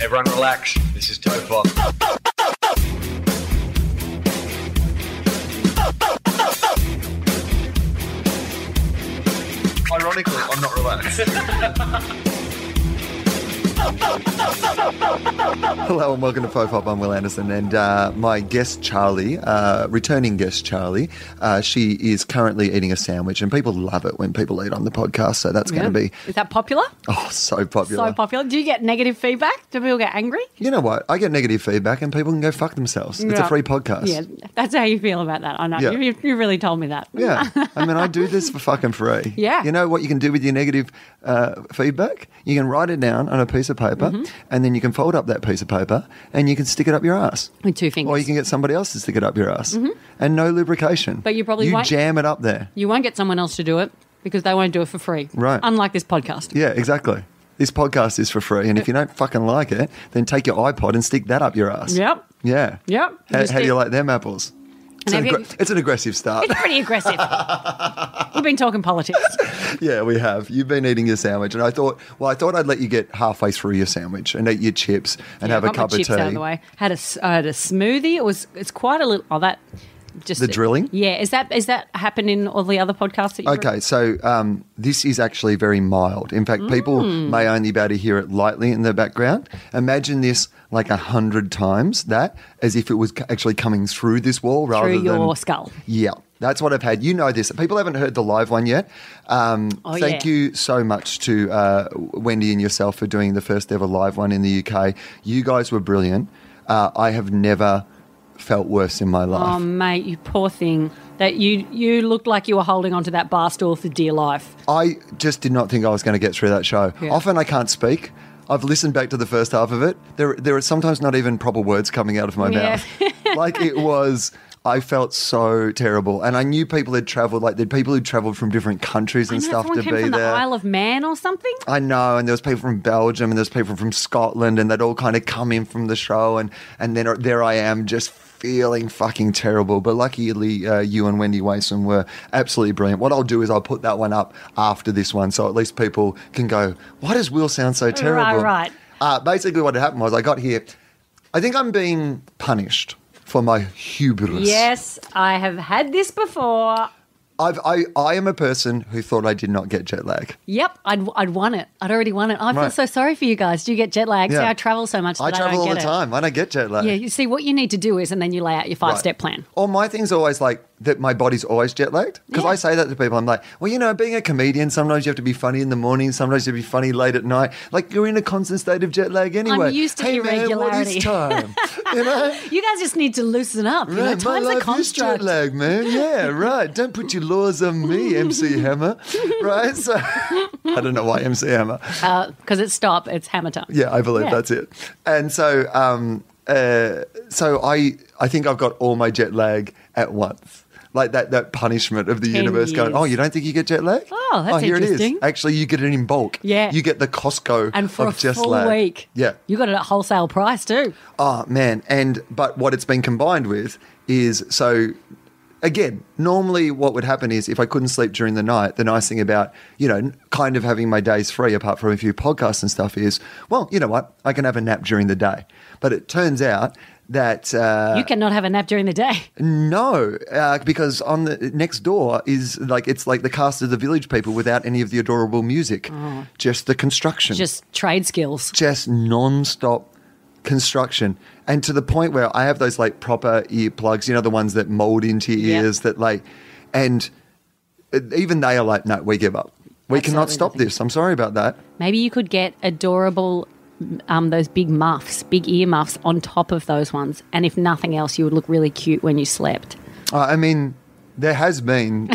Everyone relax. This is Topop. Ironically, I'm not relaxed. Hello and welcome to Pop. I'm Will Anderson, and uh, my guest Charlie, uh, returning guest Charlie, uh, she is currently eating a sandwich, and people love it when people eat on the podcast. So that's going to be Is that popular? oh so popular. So popular. Do you get negative feedback? Do people get angry? you know what? I get negative feedback, and people can go fuck themselves. It's a Yeah. free podcast. Yeah, that's how you feel about that. I know. Yeah. You, you- you really told me that. Yeah. I mean, I do this for fucking free. Yeah. You know what you can do with your negative uh, feedback? You can write it down on a piece of paper, Mm-hmm. and then you can fold up that piece of paper, and you can stick it up your ass. With two fingers. Or you you, can get somebody else to stick it up your ass. And no lubrication. But you probably You won't- jam it up there. won't get someone else to do it because they won't do it for free. Right. Unlike this podcast. Yeah, exactly. This podcast is for free. And if you don't fucking like it, then take your iPod and stick that up your ass. Yep. Yeah. Yep. How, Just how do do- you like them apples? It's, And an, have you- aggra- it's an aggressive start. It's pretty aggressive. We've been talking politics. yeah, we have. You've been eating your sandwich, and I thought, well, I thought I'd let you get halfway through your sandwich and eat your chips and have Yeah, a got my cup of chips tea. Out of the way. Had a, s- I had a smoothie. It was. It's quite a little. Oh, that. Just The drilling? Yeah. Is that is that happened in all the other podcasts that you? Okay, so um, this is actually very mild. In fact, people Mm. may only be able to hear it lightly in the background. Imagine this like a hundred times that, as if it was c- actually coming through this wall rather Through than your skull. Yeah, that's what I've had. You know this. People haven't heard the live one yet. Um, Oh, thank yeah. you so much to uh, Wendy and yourself for doing the first ever live one in the UK. You guys were brilliant. Uh, I have never felt worse in my life. Oh, mate, you poor thing. That you you looked like you were holding onto that bar stool for dear life. I just did not think I was going to get through that show. Yeah. Often I can't speak. I've listened back to the first half of it. There, there are sometimes not even proper words coming out of my Yeah. mouth. like it was, I felt so terrible. And I knew people had traveled, like there'd people who traveled from different countries and I know, stuff someone to came be from there. the Isle of Man or something. I know, and there was people from Belgium, and there was people from Scotland, and they'd all kind of come in from the show, and and then uh, there I am, just feeling fucking terrible. But luckily, uh, you and Wendy Wason were absolutely brilliant. What I'll do is I'll put that one up after this one, so at least people can go, "Why does Will sound so terrible?" right. Uh, basically, what had happened was I got here. I think I'm being punished for my hubris. Yes, I have had this before. I've, I I am a person who thought I did not get jet lag. Yep, I'd, I'd won it. I'd already won it. I feel Right. so sorry for you guys. Do you get jet lag? See, Yeah. I travel so much. That I I travel don't all the get it. time. I don't get jet lag. Yeah, you see, what you need to do is, and then you lay out your five Right. step plan. Or my thing's always like that my body's always jet lagged. Because Yeah. I say that to people. I'm like, well, you know, being a comedian, sometimes you have to be funny in the morning, sometimes you have to be funny late at night. Like you're in a constant state of jet lag anyway. used to hey, Man, what irregularity." is time? you know? You guys just need to loosen up. You know, Right, my time's a life is jet construct. lag, man. Yeah, right. Don't put your laws on me, MC Hammer. Right? So I don't know why MC Hammer. Because Uh, it's stop, it's hammer time. Yeah, I believe Yeah. that's it. And so, um, uh, so I, I think I've got all my jet lag at once. Like that, that punishment of the Ten universe going, years. oh, you don't think you get jet lag? Oh, that's here it interesting. is. Actually, you get it in bulk. Yeah. You get the Costco And for of a jet full lag. week. Yeah. You got it at wholesale price too. Oh man, and but what it's been combined with is so again, normally what would happen is if I couldn't sleep during the night, the nice thing about, you know, kind of having my days free apart from a few podcasts and stuff is, well, you know what? I can have a nap during the day. But it turns out that uh, you cannot have a nap during the day. no, uh, because on the next door is like it's like the cast of the village people without any of the adorable music, just the construction Just trade skills. just non-stop construction and to the point where i have those like proper earplugs you know the ones that mold into your Yeah. ears that like and uh, even they are like no we give up we cannot Absolutely stop nothing. this i'm sorry about that Maybe you could get adorable, um, those big muffs, big ear muffs on top of those ones. And if nothing else, you would look really cute when you slept. uh, i mean there has been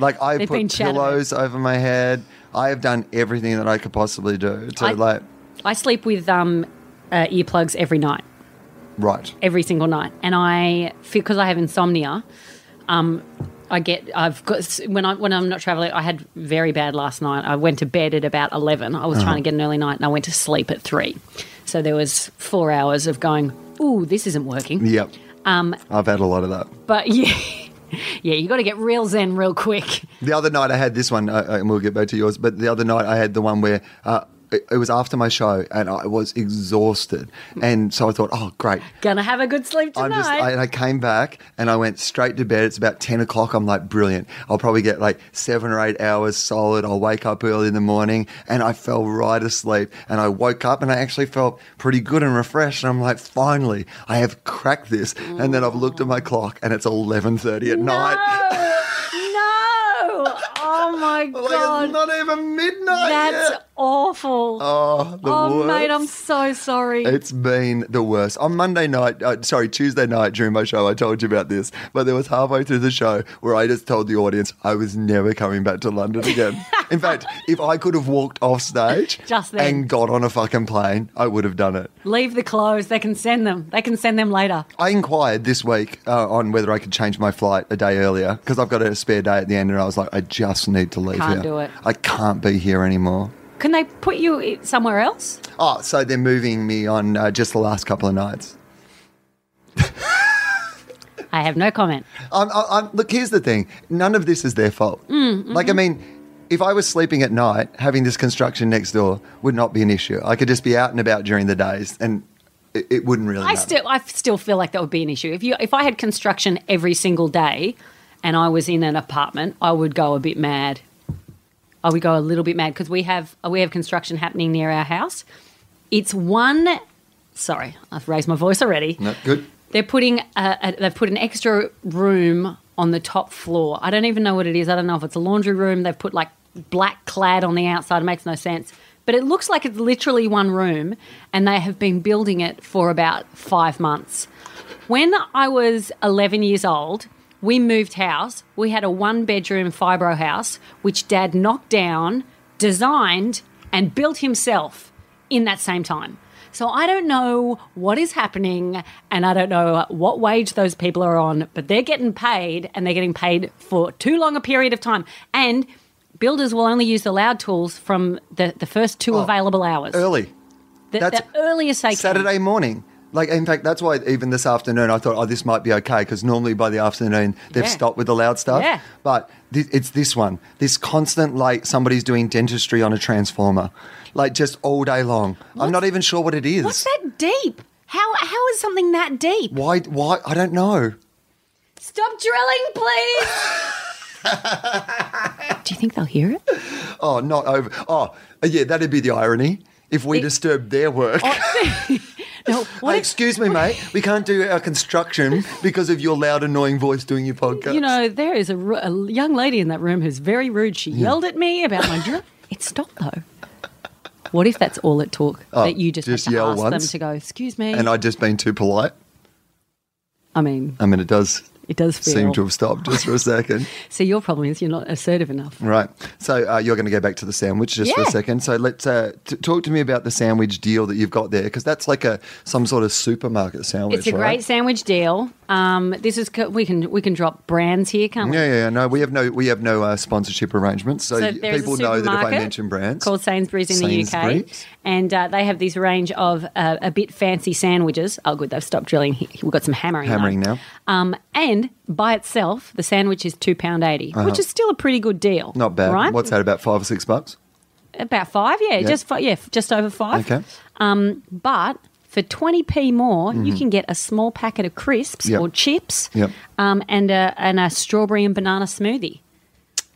like i've They've put been shadowed. pillows over my head i have done everything that i could possibly do to I- like I sleep with um, uh, earplugs every night. Right. every single night, and I because I have insomnia, um, I get I've got when I when I'm not traveling, I had very bad last night. I went to bed at about eleven. I was trying to get an early night, and I went to sleep at three. So there was four hours of going. Ooh, this isn't working. Yep. Um, I've had a lot of that. But yeah, yeah, you got to get real zen real quick. The other night I had this one, uh, uh, and we'll get back to yours. But the other night I had the one where uh, it, it was after my show, and I was exhausted, and so I thought, oh great, Gonna have a good sleep tonight. I'm just, I, and I came back and I went straight to bed. It's about 10 o'clock. I'm like, brilliant. I'll probably get like seven or eight hours solid. I'll wake up early in the morning. And I fell right asleep. And I woke up and I actually felt pretty good and refreshed. And I'm like, finally, I have cracked this. And then I've looked at my clock and it's 11.30 at night. No, no. Oh my I'm Like, it's god, not even midnight that's yet. awful. Oh, the oh worst. mate, I'm so sorry. It's been the worst. On Monday night, uh, sorry, Tuesday night during my show, I told you about this, but there was halfway through the show where I just told the audience I was never coming back to London again. In fact, if I could have walked off stage Just then. and got on a fucking plane, I would have done it. Leave the clothes. They can send them. They can send them later. I inquired this week uh, on whether I could change my flight a day earlier because I've got a spare day at the end, and I was like, I just need to leave Can't here. do it. I can't be here anymore. Can they put you i- somewhere else? Oh, so they're moving me on uh, just the last couple of nights. I have no comment. I'm, I'm, I'm- look, here's the thing. None of this is their fault. Mm, mm-hmm. Like, I mean, if I was sleeping at night, having this construction next door would not be an issue. I could just be out and about during the days, and it, it wouldn't really. I matter. still, I still feel like that would be an issue. If you, if I had construction every single day, and I was in an apartment, I would go a bit mad. I would go a little bit mad because we have we have construction happening near our house. It's one. Sorry, I've raised my voice already. No, good. They're putting a, a, they've put an extra room on the top floor. I don't even know what it is. I don't know if it's a laundry room. They've put like black clad on the outside. It makes no sense. But it looks like it's literally one room, and they have been building it for about five months. When I was 11 years old, we moved house. We had a one bedroom fibro house, which dad knocked down, designed, and built himself in that same time. So I don't know what is happening and I don't know what wage those people are on, but they're getting paid and they're getting paid for too long a period of time. And builders will only use the loud tools from the, the first two available hours. Early the, Oh. that's- the earliest they can. Saturday morning. Like, in fact, that's why even this afternoon I thought, oh, this might be okay because normally by the afternoon they've Yeah. stopped with the loud stuff. Yeah. But thi- it's this one, this constant like somebody's doing dentistry on a transformer, like just all day long. I'm not even sure what it is. What's that deep? How, how is something that deep? Why? Why? I don't know. Stop drilling, please. Do you think they'll hear it? Oh, not over. Oh, yeah, that'd be the irony if we It- disturbed their work. No. What Hey, if- excuse me, mate. We can't do our construction because of your loud, annoying voice doing your podcast. You know, there is a, ru- a young lady in that room who's very rude. She Hmm. yelled at me about my drill. It stopped though. What if that's all it took? that you just, Oh, just have to yell ask them once? to go, excuse me. and I'd just been too polite. I mean, I mean, it does it does feel. seem to have stopped just for a second. So your problem is you're not assertive enough. Right. So uh, you're going to go back to the sandwich just for a Yeah. second. So let's uh, t- talk to me about the sandwich deal that you've got there because that's like a some sort of supermarket sandwich. It's a right? great sandwich deal. Um, this is co- we can we can drop brands here, can't we? Yeah, yeah, yeah. No, we have no we have no uh, sponsorship arrangements, so, So y- there's a people know that if I supermarket mention brands, called Sainsbury's in the UK, Sainsbury's. and uh, they have this range of uh, a bit fancy sandwiches. Oh, good, they've stopped drilling. He- We've got some hammering. though. Hammering now. Um, and by itself, the sandwich is two pound eighty, which is still a pretty good deal. Uh-huh. not bad. right? What's that about five or six bucks? About five, yeah, just fi- yeah, just over five. Okay. But for 20p more, you can get a small packet of crisps Mm-hmm. Yep. or chips Yep. um, and, a, and a strawberry and banana smoothie.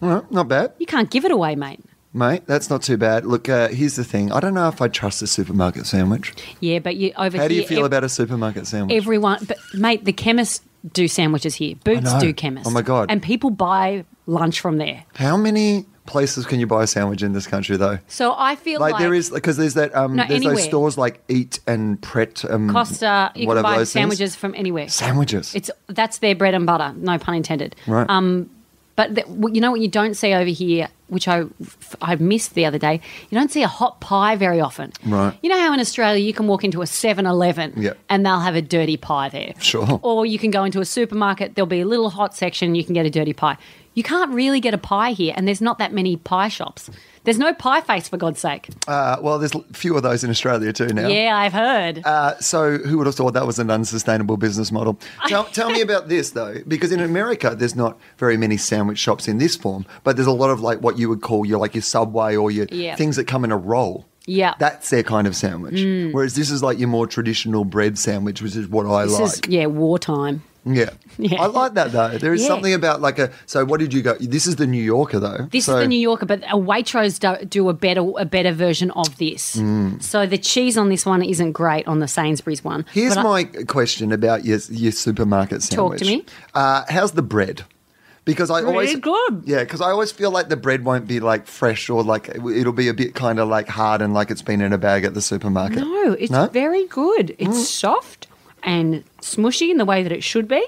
All right, not bad, You can't give it away, mate. mate. That's not too bad. Look, uh, here's the thing. I don't know if I trust a supermarket sandwich. Yeah, but you over How do here. you feel ev- about a supermarket sandwich? everyone but mate the chemists do sandwiches here boots know. do chemists Oh, my God. and people buy lunch from there How many places can you buy a sandwich in this country though? so i feel Like, like, there is because there's that um No, there's those anywhere. stores like Eat and Pret um costa you can whatever buy those things. sandwiches from anywhere Sandwiches. it's that's their bread and butter no pun intended right. Um, But th- w- you know what you don't see over here, which I, f- I missed the other day? You don't see a hot pie very often. Right. You know how in Australia you can walk into a 7 Eleven Yeah. and they'll have a dirty pie there. Sure. Or you can go into a supermarket, there'll be a little hot section, you can get a dirty pie. You can't really get a pie here, and there's not that many pie shops. There's no pie face, for God's sake. Uh, well, there's l- few of those in Australia too now. Yeah, I've heard. Uh, so who would have thought that was an unsustainable business model? Tell, tell me about this though, because in America there's not very many sandwich shops in this form, but there's a lot of like what you would call your like your Subway or your Yeah. things that come in a roll. Yeah. Mm. that's their kind of sandwich. Whereas this is like your more traditional bread sandwich, which is what I this like. is, yeah, wartime. yeah. Yeah. I like that though. There is Yeah. something about like a. So what did you go? This is the New Yorker though. This So- is the New Yorker, but a Waitrose do, do a better a better version of this. Mm. So the cheese on this one isn't great on the Sainsbury's one. Here's but I- my question about your, your supermarket Talk sandwich. to me. Uh, how's the bread? Because I always Really good. Yeah, because I always feel like the bread won't be like fresh or like it'll be a bit kind of like hard and like it's been in a bag at the supermarket. No, it's No? very good. It's soft and smushy in the way that it should be,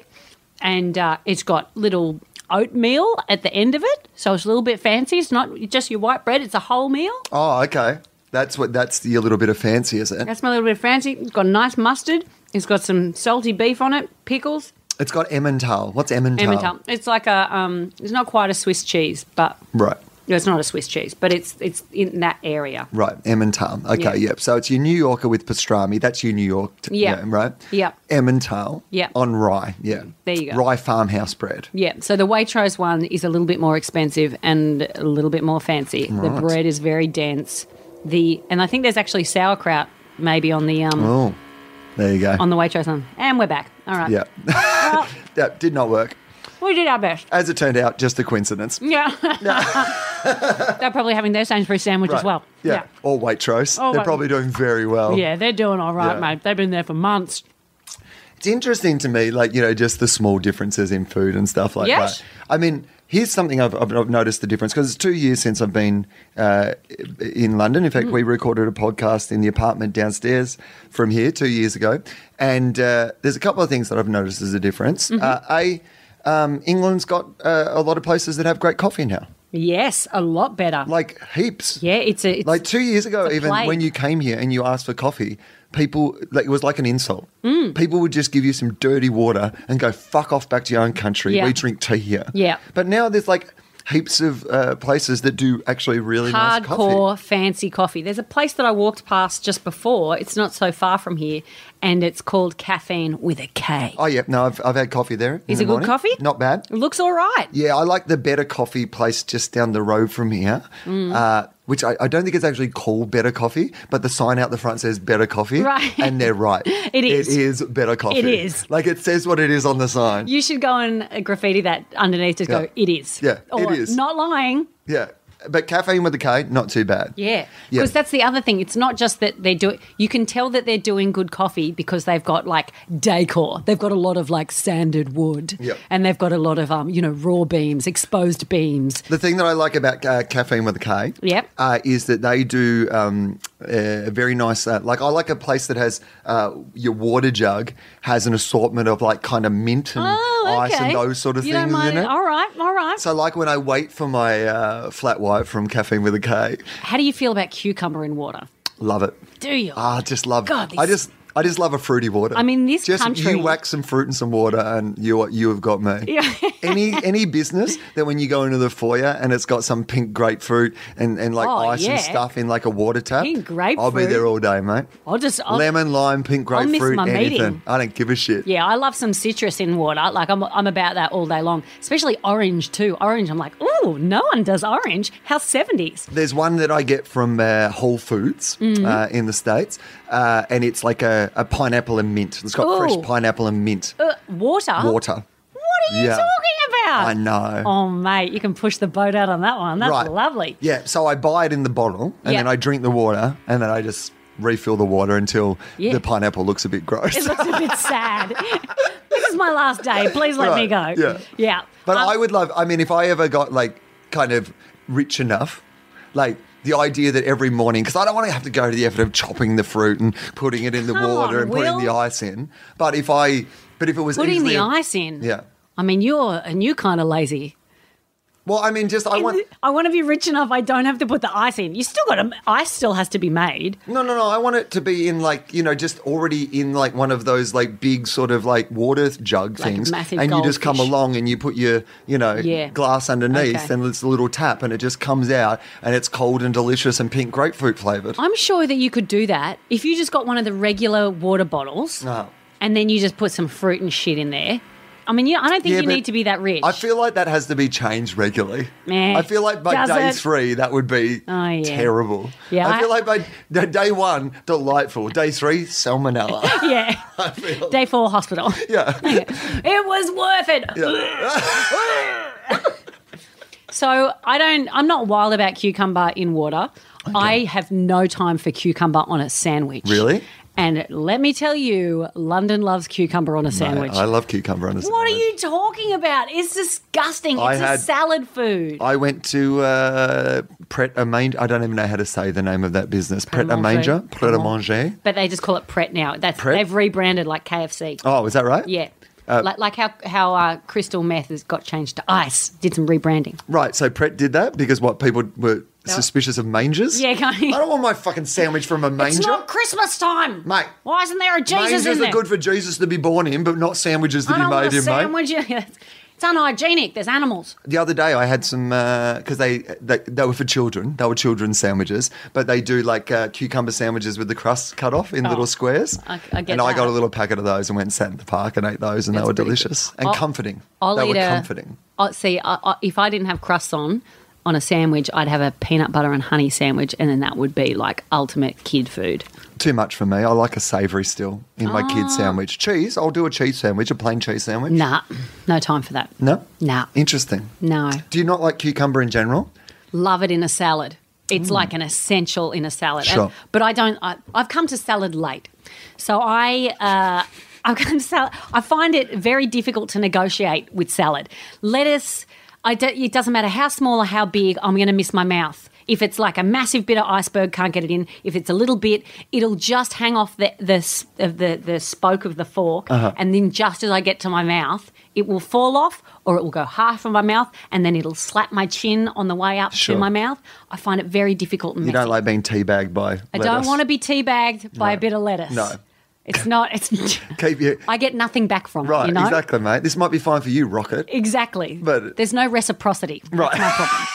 and uh, it's got little oatmeal at the end of it, so it's a little bit fancy. It's not just your white bread; it's a whole meal. Oh, okay. That's what. That's your little bit of fancy, is it? That's my little bit fancy. It's got nice mustard. It's got some salty beef on it, pickles, It's got Emmental. What's Emmental? Emmental. It's like a um, it's not quite a Swiss cheese, but Right. No, it's not a Swiss cheese, but it's it's in that area. Right, Emmental. Okay, Yeah. yep. So it's your New Yorker with pastrami. That's your New York, t- Yeah. right? Yeah. Emmental. Yeah. On rye. Yeah. There you go. Rye farmhouse bread. Yeah, so the Waitrose one is a little bit more expensive and a little bit more fancy. The bread is very dense. The and I think there's actually sauerkraut maybe on the um Oh, there you go. on the Waitrose one. And we're back. All right. Yeah. Well, that did not work. we did our best. As it turned out, just a coincidence. Yeah. they're probably having their Sainsbury's sandwich as Right. well. Yeah. Or Waitrose. Or They're Wait- probably doing very well. yeah. they're doing all right, Yeah. mate. They've been there for months. It's interesting to me, like, you know, just the small differences in food and stuff like Yes. that. I mean, here's something I've, I've I've noticed the difference because it's two years since I've been uh, in London. In Mm. fact, we recorded a podcast in the apartment downstairs from here two years ago. And uh, there's a couple of things that I've noticed as a difference. Mm-hmm. Uh, a, um, England's got uh, a lot of places that have great coffee now, Yes, a lot better. like heaps. yeah, it's a it's Like two years ago, it's a even plague. when you came here and you asked for coffee, people like it was like an insult. Mm. People would just give you some dirty water and go fuck off back to your own country. Yeah. We drink tea here. Yeah. But now there's like heaps of uh, places that do actually really nice hardcore coffee. fancy coffee. There's a place that I walked past just before. It's not so far from here, and it's called Caffeine with a K. Oh yeah, no, I've, I've had coffee there. in Is the it good morning. coffee? Not bad. It looks all right. Yeah, I like the Better Coffee place just down the road from here, Mm. uh, which I, I don't think it's actually called Better Coffee, but the sign out the front says Better Coffee, Right. and they're right. It is. It is Better Coffee. is. Like it says what it is on the sign. You should go and uh, graffiti that underneath. Just Yeah. go. It is. Yeah, Or, it is. Not lying. yeah, but caffeine with a K, not too bad. Yeah, Yeah. because that's the other thing. It's not just that they're doing. You can tell that they're doing good coffee because they've got like decor. They've got a lot of like sanded wood, Yep. and they've got a lot of um, you know, raw beams, exposed beams. The thing that I like about uh, caffeine with a K, Yep. uh, is that they do um, a very nice. Uh, like I like a place that has uh, your water jug has an assortment of like kind of mint and Oh, Mm. ice okay. and those sort of you things Don't mind in it. All right, all right. So, like when I wait for my uh, flat white from Caffeine with a K, How do you feel about cucumber in water? love it. Do you? Ah, just love. God, these- I just, I just love a fruity water. I mean, this just country- you whack some fruit and some water, and you, you have got me. Yeah. any, any business that when you go into the foyer and it's got some pink grapefruit and, and like Oh, ice yeah. and stuff in like a water tap. Pink I'll be grapefruit. there all day, mate. I'll just I'll, Lemon, lime, pink I'll miss grapefruit, my anything. meeting. I don't give a shit. Yeah, I love some citrus in water. Like I'm, I'm about that all day long. Especially orange too. Orange, I'm like, oh, no one does orange. How seventies? There's one that I get from uh, Whole Foods uh, Mm-hmm. in the States, uh, and it's like a, a pineapple and mint. It's got Ooh. Oh. fresh pineapple and mint Water. water. What are you Yeah. talking about? I know. Oh mate, you can push the boat out on that one. That's Right. lovely. Yeah, so I buy it in the bottle, and Yeah. then I drink the water, and then I just refill the water until Yeah. the pineapple looks a bit gross. It looks a bit sad. this is my last day. Please let me go. Right, yeah. Yeah. but Um, I would love. I mean, if I ever got like kind of rich enough, like. The idea that every morning, because I don't want to have to go to the effort of chopping the fruit and putting it in the Come water on, and putting Will. the ice in. But if I, but if it was putting easily- the ice in. Yeah. I mean, you're a new kind of lazy. Well, I mean, just I want. I want to be rich enough. I don't have to put the ice in. You still got to. Ice still has to be made. No, no, no. I want it to be in like you know, just already in like one of those like big sort of like water jug Like a things, massive and you just come goldfish. along and you put your you know Yeah. glass underneath, Okay. and it's a little tap, and it just comes out, and it's cold and delicious and pink grapefruit flavored. I'm sure that you could do that if you just got one of the regular water bottles, No. and then you just put some fruit and shit in there. I mean, you, I don't think Yeah, you but need to be that rich. I feel like that has to be changed regularly. Meh. I feel like by Does day it? three, that would be Oh, yeah. terrible. Yeah, I feel I- like by d- day one, delightful. Day three, salmonella. yeah. Day four hospital. yeah. It was worth it. so I don't. I'm not wild about cucumber in water. I have no time for cucumber on a sandwich. Really? And let me tell you, London loves cucumber on a sandwich. I love cucumber on a what are sandwich. you talking about? It's disgusting. I It's a had- salad food. I went to uh, Pret a Manger. I don't even know how to say the name of that business. Pret a Pret-a-Manger. Manger. Pret a Manger. but they just call it Pret now. That's Pret? they've rebranded like KFC. Oh, is that right? Yeah. like, like how how uh, crystal meth has got changed to ice, did some rebranding. Right. So Pret did that because what people were suspicious of mangers. Yeah, I kind of. don't want my fucking sandwich from a manger. It's not Christmas time, Mate. Why isn't there a Jesus Mangers in there? are good for Jesus to be born in, but not sandwiches that I he don't want made a him, mate. sandwich. It's unhygienic. There's animals. the other day I had some because they, they they were for children. They were children's sandwiches, but they do like uh, cucumber sandwiches with the crust cut off in Oh. little squares. I- I get and I got that. a little packet of those and went and sat in the park and ate those, and That's they were pretty good. delicious and I'll- comforting. I'll they eat were a- comforting. Oh, see, I, I, if I didn't have crusts on on a sandwich, I'd have a peanut butter and honey sandwich, and then that would be like ultimate kid food. Too much for me. I like a savoury still in my kid sandwich. Cheese. I'll do a cheese sandwich, a plain cheese sandwich. Nah, Ah. no time for that. No. Nah. Interesting. No, Do you not like cucumber in general? love it in a salad. It's like an essential in a salad. And- Sure. but I don't. I, I've come to salad late, so I. Uh, I've come to salad. I find it very difficult to negotiate with salad. Lettuce. I do, it doesn't matter how small or how big. I'm going to miss my mouth. If it's like a massive bit of iceberg, can't get it in. If it's a little bit, it'll just hang off the the s- of the, the spoke of the fork, Uh-huh. and then just as I get to my mouth, it will fall off, or it will go half of my mouth, and then it'll slap my chin on the way up Sure. to my mouth. I find it very difficult. And You don't messy. like being teabagged by. I don't want to be teabagged by a bit of lettuce. No. it's not. It's keep you I get nothing back from right. it. You know? Exactly, mate. This might be fine for you, Rocket. Exactly. But- there's no reciprocity. Right. That's my problem.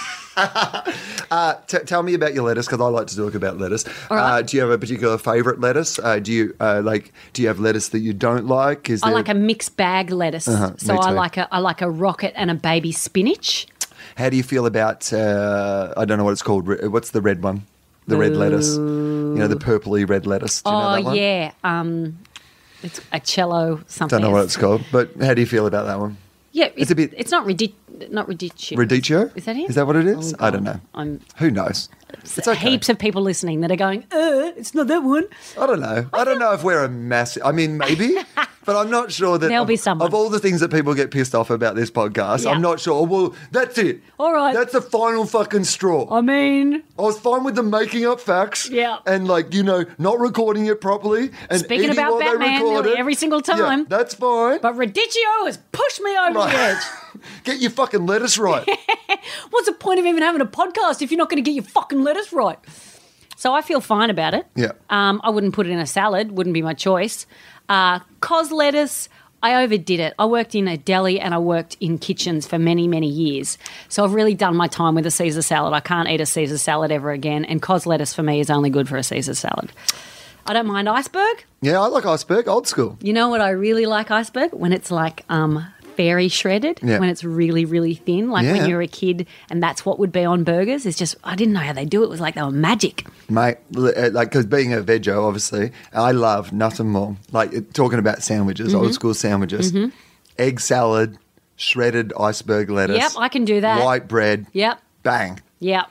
Uh, T- tell me about your lettuce because I like to talk about lettuce. right. Uh, do you have a particular favourite lettuce? Uh, do you uh, like? Do you have lettuce that you don't like? Is I there- like a mixed bag lettuce. so Uh-huh, me I too. like a I like a rocket and a baby spinach. How do you feel about? Uh, I don't know what it's called. Re- What's the red one? The red lettuce. You know the purpley red lettuce. Do you know oh that one? yeah. Um it's a cello something. Don't know what it's called, but how do you feel about that one? Yeah, it's, a bit- it's not ridiculous. Not ridiculous. Radicchio? Is that it? Is that what it is? Oh, I don't God. know. I'm Who knows? It's okay. heaps of people listening that are going, uh, it's not that one. I don't know. I don't know if we're a massive. I mean, maybe, but I'm not sure that There'll of, be someone. of all the things that people get pissed off about this podcast. Yeah. I'm not sure. Oh, Well, that's it. All right. that's the final fucking straw. I mean, I was fine with them making up facts. Yeah. and like you know, not recording it properly and Speaking eating about what they Batman recorded. every single Yeah, time. that's fine. but Radicchio has pushed me over the Right. edge. get your fucking lettuce right. What's the point of even having a podcast if you're not going to get your fucking lettuce right? So I feel fine about it. Yeah. Um, I wouldn't put it in a salad. Wouldn't be my choice. Uh, cos lettuce. I overdid it. I worked in a deli and I worked in kitchens for many, many years. So I've really done my time with a Caesar salad. I can't eat a Caesar salad ever again. And cos lettuce for me is only good for a Caesar salad. I don't mind iceberg. yeah, I like iceberg, old school. You know what I really like iceberg? When it's like um very shredded, Yeah. when it's really, really thin, like Yeah. when you were a kid and that's what would be on burgers. It's just, I didn't know how they do it. It was like they were magic. Mate, l- uh, like, because being a veggie, obviously, I love nothing more. Like, it- talking about sandwiches, Mm-hmm. old school sandwiches, egg salad, shredded iceberg lettuce. Yep, I can do that. White bread. Yep. Bang. Yeah.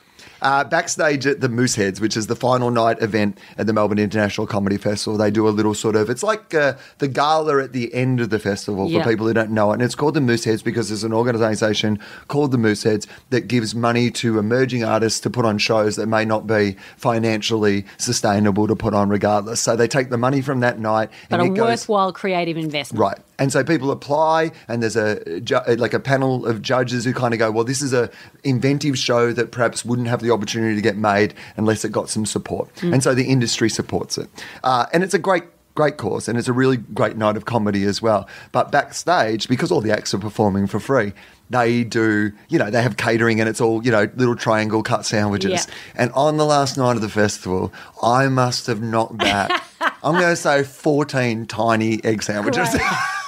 Uh, backstage at the Mooseheads, which is the final night event at the Melbourne International Comedy Festival, they do a little sort of it's like uh, the gala at the end of the festival Yeah. for people who don't know it, and it's called the Mooseheads because there's an organisation called the Mooseheads that gives money to emerging artists to put on shows that may not be financially sustainable to put on, regardless. So they take the money from that night, but a and it goes worthwhile creative investment. Right. And so people apply, and there's a ju- uh, like a panel of judges who kind of go, "Well, this is a inventive show that perhaps wouldn't have the opportunity to get made unless it got some support." And so the industry supports it, uh, and it's a great. Great course, and it's a really great night of comedy as well. But backstage, because all the acts are performing for free, they do, you know, they have catering and it's all, you know, little triangle cut sandwiches. Yeah. And on the last night of the festival, I must have knocked back, I'm going to say 14 tiny egg sandwiches.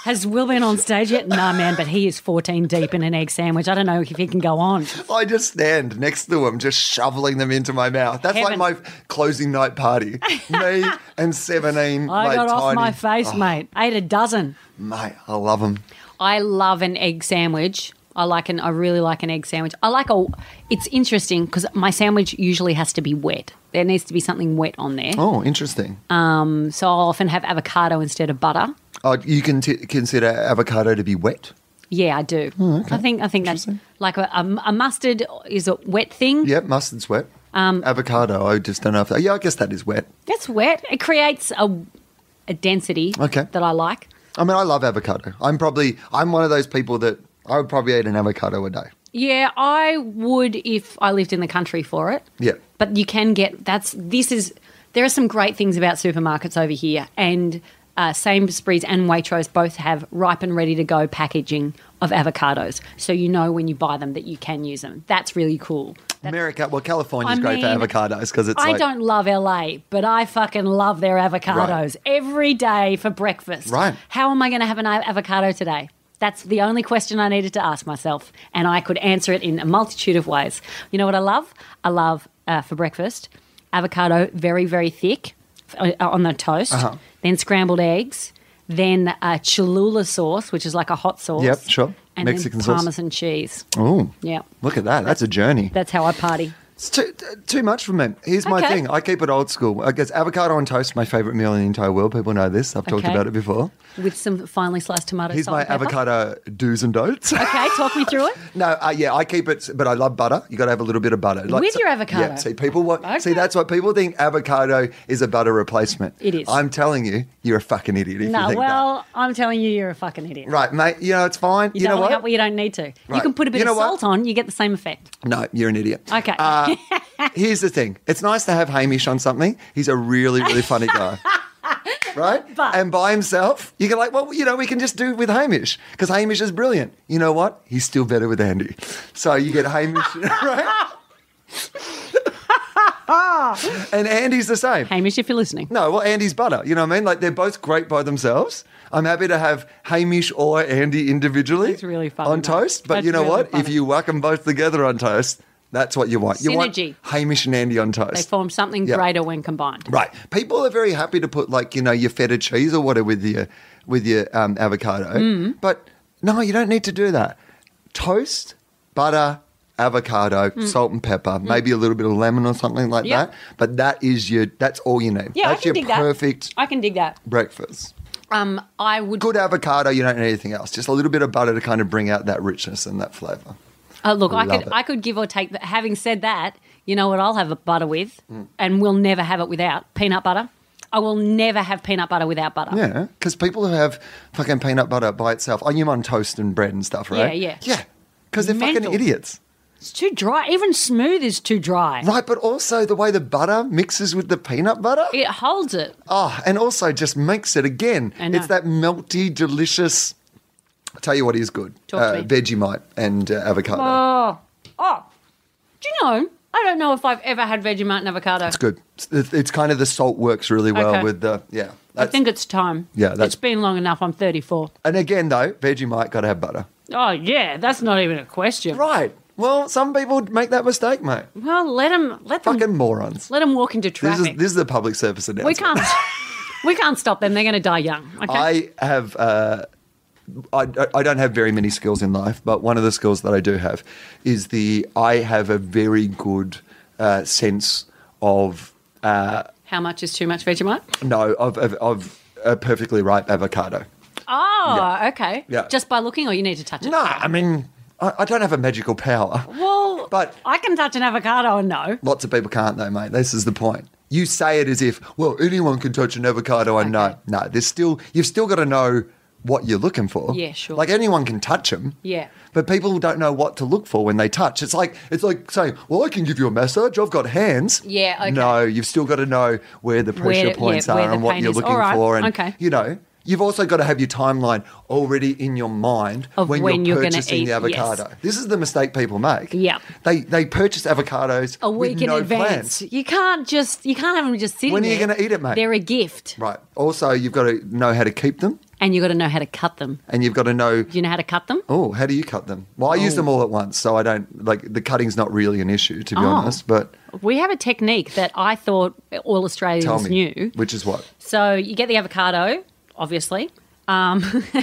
Has Will been on stage yet? Nah, man, but he is 14 deep in an egg sandwich. I don't know if he can go on. I just stand next to them, just shoveling them into my mouth. That's Heaven. like my closing night party. Me and 17. I mate, got off tiny- my face, Oh, mate. I ate a dozen. Mate, I love them. I love an egg sandwich. I like an. I really like an egg sandwich. I like a. It's interesting because my sandwich usually has to be wet. There needs to be something wet on there. Oh, interesting. So I'll often have avocado instead of butter. oh, you can t- consider avocado to be wet. Yeah, I do. Oh, I think. I think that's like a, a, a mustard is a wet thing. Yep, mustard's wet. Um, avocado, I just don't know if that. Yeah, I guess that is wet. It's wet. It creates a, a density. Okay. That I like. I mean, I love avocado. I'm probably, I'm one of those people that I would probably eat an avocado a day. Yeah, I would if I lived in the country for it. Yeah. But you can get that's this is there are some great things about supermarkets over here and uh, Sainsbury's and Waitrose both have ripe and ready to go packaging of avocados, so you know when you buy them that you can use them. That's really cool. America, well, California's I great for mean, avocados because it's I like. don't love LA, but I fucking love their avocados every day for breakfast. Right. How am I going to have an a- avocado today? That's the only question I needed to ask myself, and I could answer it in a multitude of ways. You know what I love? I love uh, for breakfast avocado, very very thick f- uh, on the toast, Uh-huh. then scrambled eggs, then uh, Cholula sauce, which is like a hot sauce. Yep, sure. And Mexican then sauce. parmesan cheese. Ooh, Yeah, look at that. That's a journey. that's how I party. It's too, too much for me. Here's my Okay. thing. I keep it old school. I guess avocado on toast, my favorite meal in the entire world. People know this. I've talked Okay. about it before. With some finely sliced tomatoes. Here's my avocado do's and don'ts. Okay, talk me through it. no, uh, yeah, I keep it, but I love butter. You got to have a little bit of butter With your avocado? Yeah, see, people want. See, Okay. that's what people think. Avocado is a butter replacement. It is. I'm telling you, you're a fucking idiot if you No, think well, I'm telling you, you're a fucking idiot. that. Right, mate. You know it's fine. You, You, know don't what? Well, you don't need to. You Right. can put a bit You know of what? salt on, you get the same effect. No, you're an idiot. Okay. Uh, here's the thing. It's nice to have Hamish on something. He's a really, really funny guy. Right? But- and by himself, you can like, well, you know, we can just do with Hamish because Hamish is brilliant. You know what? He's still better with Andy. So you get Hamish, right? and Andy's the same. Hamish, if you're listening. No, well, Andy's butter. You know what I mean? Like they're both great by themselves. I'm happy to have Hamish or Andy individually That's really funny, on mate. toast. But That's you know really what? If funny. you whack them both together on toast, that's what you want. You Synergy. want Hamish and Andy on toast. They form something Yeah. greater when combined. Right. People are very happy to put like you know your feta cheese or whatever with your with your um, avocado, Mm. but no, you don't need to do that. Toast, butter, avocado, salt and pepper, maybe a little bit of lemon or something like Mm. Yeah. that. But that is your that's all you need. Yeah, I that's can your dig that. perfect I can dig that. breakfast. Um, I would. Good avocado, you don't need anything else. Just a little bit of butter to kind of bring out that richness and that flavor. Uh, look, I Love could, it. I could give or take. That. Having said that, you know what? I'll have a butter with, Hmm. and we'll never have it without peanut butter. I will never have peanut butter without butter. Yeah, because people who have fucking peanut butter by itself, I you on toast and bread and stuff, right? Yeah, yeah. yeah, because they're Mental. fucking idiots. It's too dry. Even smooth is too dry. Right, but also the way the butter mixes with the peanut butter. It holds it. Oh, and also just makes it again. I know. It's that melty, delicious. I'll tell you what is good Uh, Talk to me. Vegemite and uh, avocado. Oh, oh. Do you know? I don't know if I've ever had Vegemite and avocado. it's good. It's, it's kind of the salt works really well Okay. with the. Yeah. I That's- think it's time. Yeah, that's- it's been long enough. I'm 34. and again, though, Vegemite got to have butter. Oh yeah, that's not even a question. Right. Well, some people make that mistake, mate. Well, let them let them Fucking morons. let them walk into This traffic. is, this is a public service announcement. we can't we can't stop them. They're going to die young. Okay. I have. Uh, I, I don't have very many skills in life, but one of the skills that I do have is the I have a very good uh, sense of How much is too much Vegemite? no of of, of a perfectly ripe avocado. Oh, okay. Yeah. Just by looking, or you need to touch it. No, I mean I, I don't have a magical power. Well, But- I can touch an avocado and know. Lots of people can't though, mate. This is the point. You say it as if well anyone can touch an avocado. I know. Okay. No, there's still you've still got to know what you're looking for. Yeah, sure. Like anyone can touch them. Yeah. But people don't know what to look for when they touch. It's like it's like saying, "Well, I can give you a massage. I've got hands." Yeah, okay. No, you've still got to know where the pressure yeah, points where are the and what pain you're is. looking All right, for, and okay. you know. You've also got to have your timeline already in your mind Of when, when you're you're gonna purchasing eat, the avocado. yes. This is the mistake people make. Yeah. They they purchase avocados A week with in no advance. plans. You can't just you can't have them just sitting. When are you there. gonna eat it, mate? They're a gift, Right. Also, you've got to know how to keep them and you got to know how to cut them. and you've got to know Do you know how to cut them? Oh, how do you cut them? Well, I Oh. use them all at once, so I don't like the cutting's not really an issue to be Oh. honest, but We have a technique that I thought all tell me Australians knew. which is what. So you get the avocado, obviously. Um,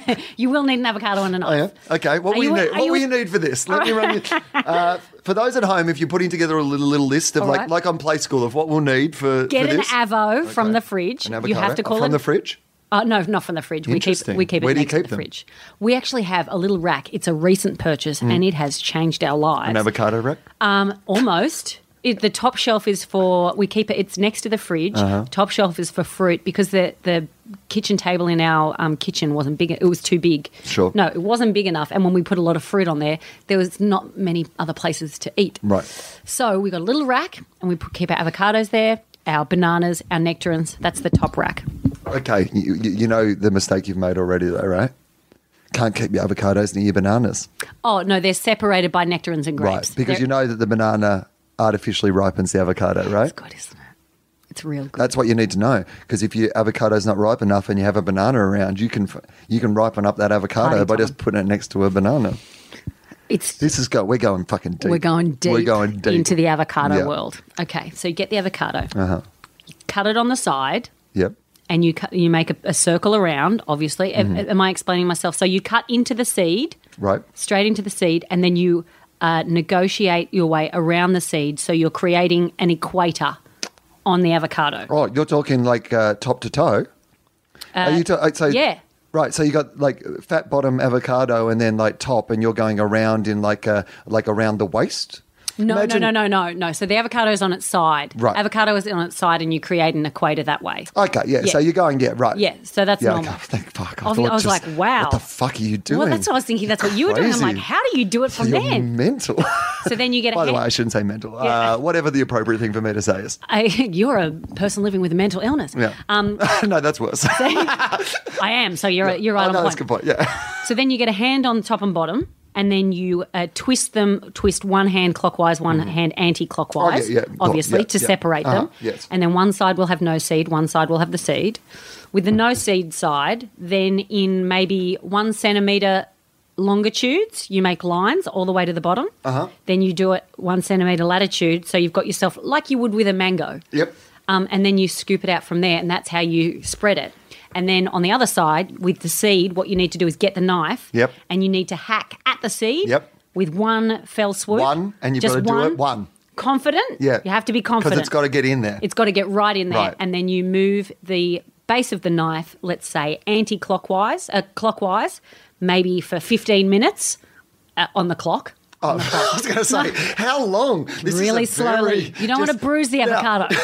you will need an avocado and a knife. Oh, yeah. Okay. What Are will you, you- need? are What you- will you need for this? Let me run you. Uh, for those at home, if you're putting together a little little list of All like right. like on play school of what we'll need for Get for an this. avo Okay. from the fridge. An You avocado. have to Oh, call from it the fridge. Uh, no, not from the fridge. We keep Interesting. we keep it Where do you next to keep the them? fridge. We actually have a little rack. It's a recent purchase, and it has changed our lives. Mm. An avocado rack. Um, almost. It, the top shelf is for we keep it. It's next to the fridge. Uh-huh. Top shelf is for fruit because the the kitchen table in our um, kitchen wasn't big. It was too big. Sure. No, it wasn't big enough. And when we put a lot of fruit on there, there was not many other places to eat. Right. So we got a little rack, and we put, keep our avocados there, our bananas, our nectarines. That's the top rack. Okay. You, you you know the mistake you've made already, though, right? Can't keep your avocados near your bananas, Oh no, they're separated by nectarines and grapes. right? Because They're- you know that the banana artificially ripens the avocado, right? it's good, isn't it? It's real good. That's what you need to know. Because if your avocado's not ripe enough and you have a banana around, you can f- you can ripen up that avocado Party by time. just putting it next to a banana. it's This is go. We're going fucking deep. we're going deep. We're going deep into the avocado Yeah. world. Okay, so you get the avocado, Uh-huh. cut it on the side, Yep. and you cut, you make a, a circle around. Obviously, Am- Mm-hmm. am I explaining myself? So you cut into the seed, Right. straight into the seed, and then you uh, negotiate your way around the seed. So you're creating an equator on the avocado. Oh, you're talking like uh, top to toe. Are you ta- uh, so, Uh, yeah. Right, so you got like fat bottom avocado and then like top, and you're going around in like a like around the waist. No, Imagine- no, no, no, no, no. So the avocado is on its side. Right. Avocado is on its side, and you create an equator that way. Okay, yeah, So Yeah. you're going, yeah, right. Yeah, so that's yeah. normal. Okay. Thank fuck. I, Obvi- thought I was just, like, wow. What the fuck are you doing? Well, that's what I was thinking. That's what you were doing. I'm Crazy. like, how do you do it from You're there? mental. So then you get By a the way, I hand. shouldn't say mental. Yeah. Uh, whatever the appropriate thing for me to say is. I, you're a person living with a mental illness. Yeah. Um, no, that's worse. I am. So you're you're right Oh, on no, point. that's a good point. Yeah. So then you get a hand on top and bottom, and then you uh, twist them, twist one hand clockwise, one hand anti-clockwise, Mm. Oh, yeah, yeah. obviously Yeah, to yeah. separate Uh-huh. them. Yes. And then one side will have no seed, one side will have the seed. With the no seed side, then in maybe one centimeter longitudes, you make lines all the way to the bottom. Uh-huh. Then you do it one centimeter latitude, so you've got yourself like you would with a mango Yep. um, and then you scoop it out from there, and that's how you spread it. And then on the other side, with the seed, what you need to do is get the knife, Yep. and you need to hack at the seed, Yep. with one fell swoop, One, and you've gotta do it one. confident, Yeah. you have to be Because confident. it's got to get in there. It's got to get right in there, Right. and then you move the base of the knife, let's say anti-clockwise, uh, clockwise, maybe for fifteen minutes uh, on the clock. Oh, I was going to say, how long? This is Really a slowly. very- you don't want just- to bruise the Yeah. avocado.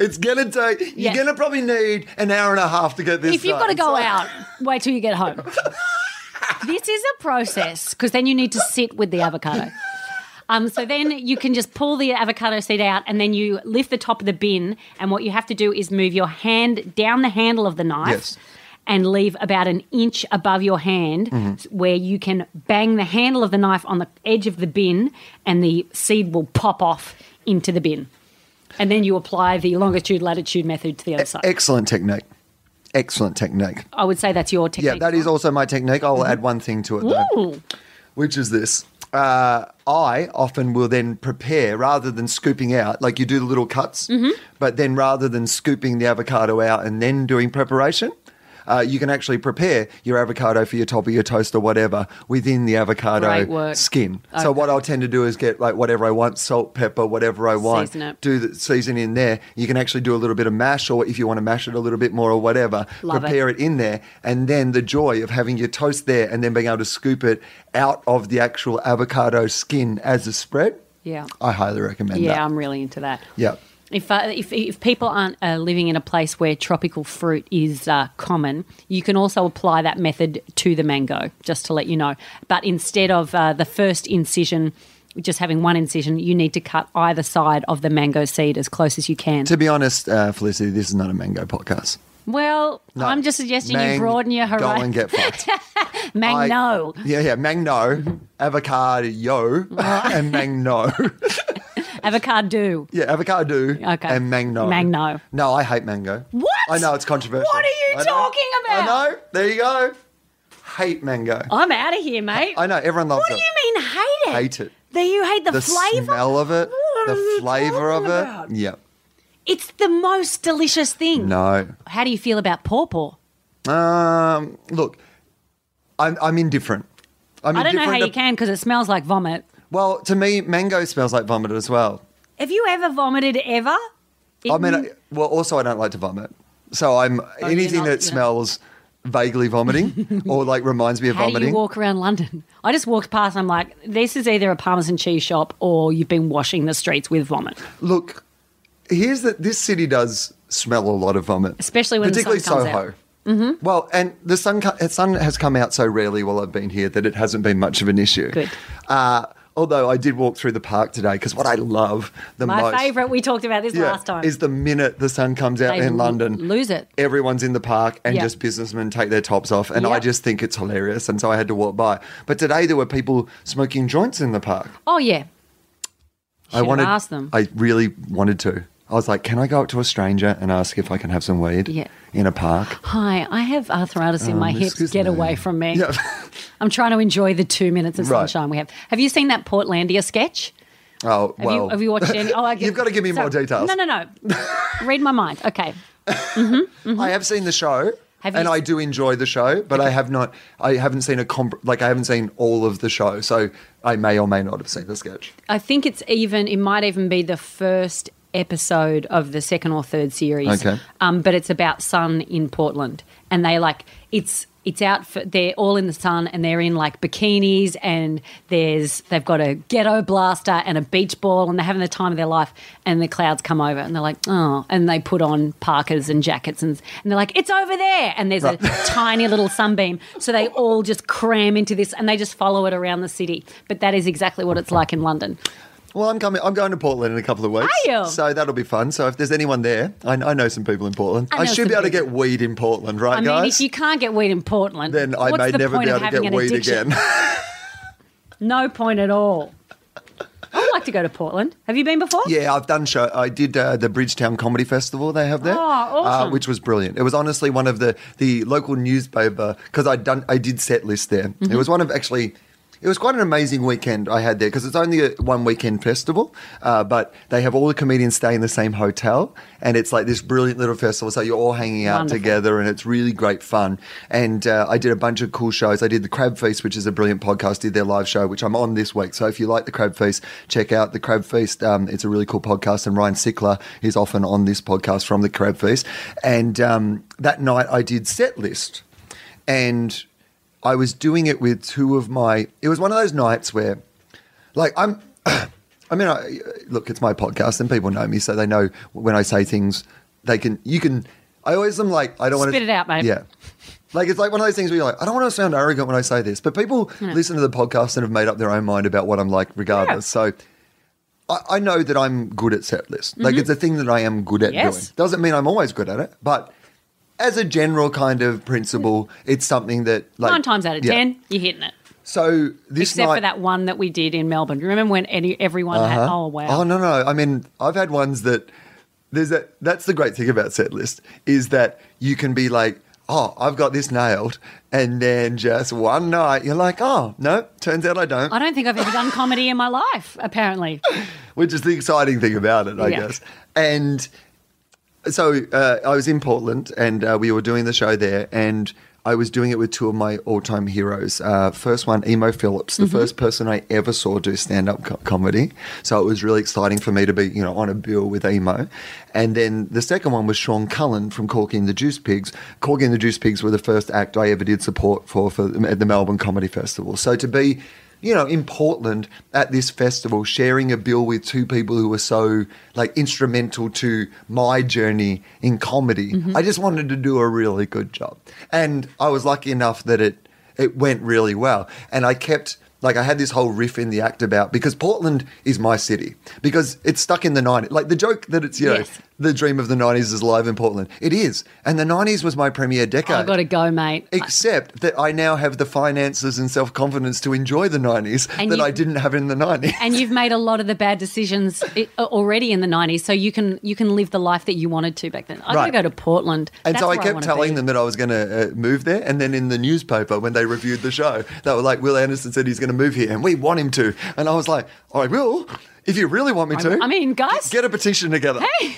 it's going to take, you're Yeah. going to probably need an hour and a half to get this if you've got done. to go So- out, wait till you get home. this is a process because then you need to sit with the avocado. Um, so then you can just pull the avocado seed out and then you lift the top of the bin. And what you have to do is move your hand down the handle of the knife Yes. and leave about an inch above your hand Mm-hmm. where you can bang the handle of the knife on the edge of the bin and the seed will pop off into the bin. And then you apply the longitude latitude method to the other side. e-, Excellent technique. Excellent technique. I would say that's your technique. Yeah, that is also my technique. I will add one thing to it, though. Mm-hmm. Ooh. which is this. Uh, I often will then prepare rather than scooping out, like you do Mm-hmm. the little cuts, but then rather than scooping the avocado out and then doing preparation, uh, you can actually prepare your avocado for your top of your toast or whatever within the Great avocado work. skin. So what I'll tend to do is get like whatever I want, salt, pepper, whatever I want. Season it. Do the season in there. You can actually do a little bit of mash, or if you want to mash it a little bit more or whatever, Love it. prepare it. in there, and then the joy of having your toast there, and then being able to scoop it out of the actual avocado skin as a spread. Yeah. I highly recommend Yeah, that. I'm really into that. yeah. If, uh, if, if people aren't uh, living in a place where tropical fruit is uh, common, you can also apply that method to the mango, just to let you know. But instead of uh, the first incision, just having one incision, you need to cut either side of the mango seed as close as you can. To be honest, uh, Felicity, this is not a mango podcast. well, No. I'm just suggesting Mang, you broaden your Go and horizon. get fucked. I- Mango. Yeah, yeah. Magno, avocado, and magno. Avocado. yeah, avocado Okay. and magno. Magno. No, I hate mango. What? I know it's controversial. What are you I know. talking about? I know. There you go. Hate mango. I'm out of here, mate. I know. Everyone loves What it. do you mean hate it? Hate it. That you hate the, The flavor? smell of it, What are the you flavor of it. talking about? Yep. It's the most delicious thing. No. How do you feel about pawpaw? Um, look, I'm, I'm indifferent. I'm I don't know indifferent how you to- can because it smells like vomit. Well, to me, mango smells like vomit as well. Have you ever vomited ever? I mean, I, well, also I don't like to vomit, so I'm anything Oh, not- that yeah. smells vaguely vomiting or like reminds me of how do vomiting. you walk around London? I just walked past. I'm like, this is either a parmesan cheese shop or you've been washing the streets with vomit. Look, here's that this city does smell a lot of vomit, Especially when the sun particularly comes out. Soho. Mm-hmm. Well, and the sun co- the sun has come out so rarely while I've been here that it hasn't been much of an issue. Good. Uh, although I did walk through the park today because what I love the My most favorite. We talked about this yeah, last time. is the minute the sun comes out They in London, lose it. everyone's in the park and Yeah. just businessmen take their tops off. And I Yeah. just think it's hilarious. And so I had to walk by. But today there were people smoking joints in the park. oh yeah. I Should've wanted asked them. I really wanted to. I was like, can I go up to a stranger and ask if I can have some weed Yeah. in a park? Hi, I have arthritis in my hips. Um, excuse Get me. away from me. Yeah. I'm trying to enjoy the two minutes of Right. sunshine we have. Have you seen that Portlandia sketch? Oh, Have, well. you, have you watched any? Oh, I You've got to give me more details. No, no, no. Read my mind. Okay. I have seen the show. Have and you- I do enjoy the show, but I have not. I haven't seen a comp. Like I haven't seen all of the show, so I may or may not have seen the sketch. I think it's even, it might even be the first episode of the second or third series. Okay. Um, but it's about sun in Portland. And they like, it's, it's out for, they're all in the sun and they're in like bikinis and there's, they've got a ghetto blaster and a beach ball and they're having the time of their life and the clouds come over and they're like, oh, and they put on parkas and jackets and, and they're like, it's over there. And there's a tiny little sunbeam. So they all just cram into this and they just follow it around the city. But that is exactly what it's like in London. Uh, Well, I'm coming. I'm going to Portland in a couple of weeks. Are you? So that'll be fun. So if there's anyone there, I, I know some people in Portland. I I, know should be some able to people. get weed in Portland, right, I mean, guys? if you can't get weed in Portland, then I what's may the never point be of able to having get an weed addiction? again. No point at all. I'd like to go to Portland. Have you been before? yeah, I've done show. I did uh, the Bridgetown Comedy Festival they have there, Oh, awesome. uh, which was brilliant. It was honestly one of the the local newspaper because I done I did set list there. Mm-hmm. It was one of actually. It was quite an amazing weekend I had there because it's only a one weekend festival, uh, but they have all the comedians stay in the same hotel, and it's like this brilliant little festival. So you're all hanging out Wonderful. together. together and it's really great fun. And uh, I did a bunch of cool shows. I did the Crab Feast, which is a brilliant podcast, did their live show, which I'm on this week. So if you like the Crab Feast, check out the Crab Feast. Um, it's a really cool podcast. And Ryan Sickler is often on this podcast from the Crab Feast. And um, that night I did set list. And I was doing it with two of my, it was one of those nights where, like, I'm, I mean, I, look, it's my podcast and people know me, so they know when I say things, they can, you can, I always am like, I don't want to. Spit it out, mate. Yeah. Like, it's like one of those things where you're like, I don't want to sound arrogant when I say this, but people listen to the podcast and have made up their own mind about what I'm like, regardless. So I, I know that I'm good at set list. Like, it's a thing that I am good at Mm-hmm. Yes. doing. Doesn't mean I'm always good at it, but. As a general kind of principle, it's something that like Nine times out of yeah. ten, you're hitting it. So this Except night, for that one that we did in Melbourne. Remember when any, everyone had? Oh wow! Oh no, no. I mean, I've had ones that there's that. That's the great thing about set list is that you can be like, oh, I've got this nailed, and then just one night you're like, oh no, turns out I don't. I don't think I've ever done comedy in my life. Apparently, which is the exciting thing about it, I Yeah. guess. And so uh, I was in Portland and uh, we were doing the show there, and I was doing it with two of my all-time heroes. Uh, first one, Emo Phillips, the first person I ever saw do stand-up co- comedy. So it was really exciting for me to be, you know, on a bill with Emo. And then the second one was Sean Cullen from Corky and the Juice Pigs. Corky and the Juice Pigs were the first act I ever did support for, for at the Melbourne Comedy Festival. So to be you know, in Portland at this festival, sharing a bill with two people who were so like instrumental to my journey in comedy. Mm-hmm. I just wanted to do a really good job, and I was lucky enough that it it went really well. And I kept like I had this whole riff in the act about because Portland is my city because it's stuck in the 90s. Like the joke that it's you Yes. know the dream of the 90s is live in Portland. It is, and the 90s was my premier decade. I've Oh, got to go, mate. Except that I now have the finances and self confidence to enjoy the 90s And that you- I didn't have in the 90s. and you've made a lot of the bad decisions i- uh, already in the 90s so you can you can live the life that you wanted to back then i'm Right. going to go to portland And That's so I where kept wanna telling be. them that I was going to uh, move there. And then in the newspaper, when they reviewed the show, they were like, Will Anderson said he's going to move here and we want him to. And I was like, I will, if you really want me to. I mean, guys. Get a petition together. Hey,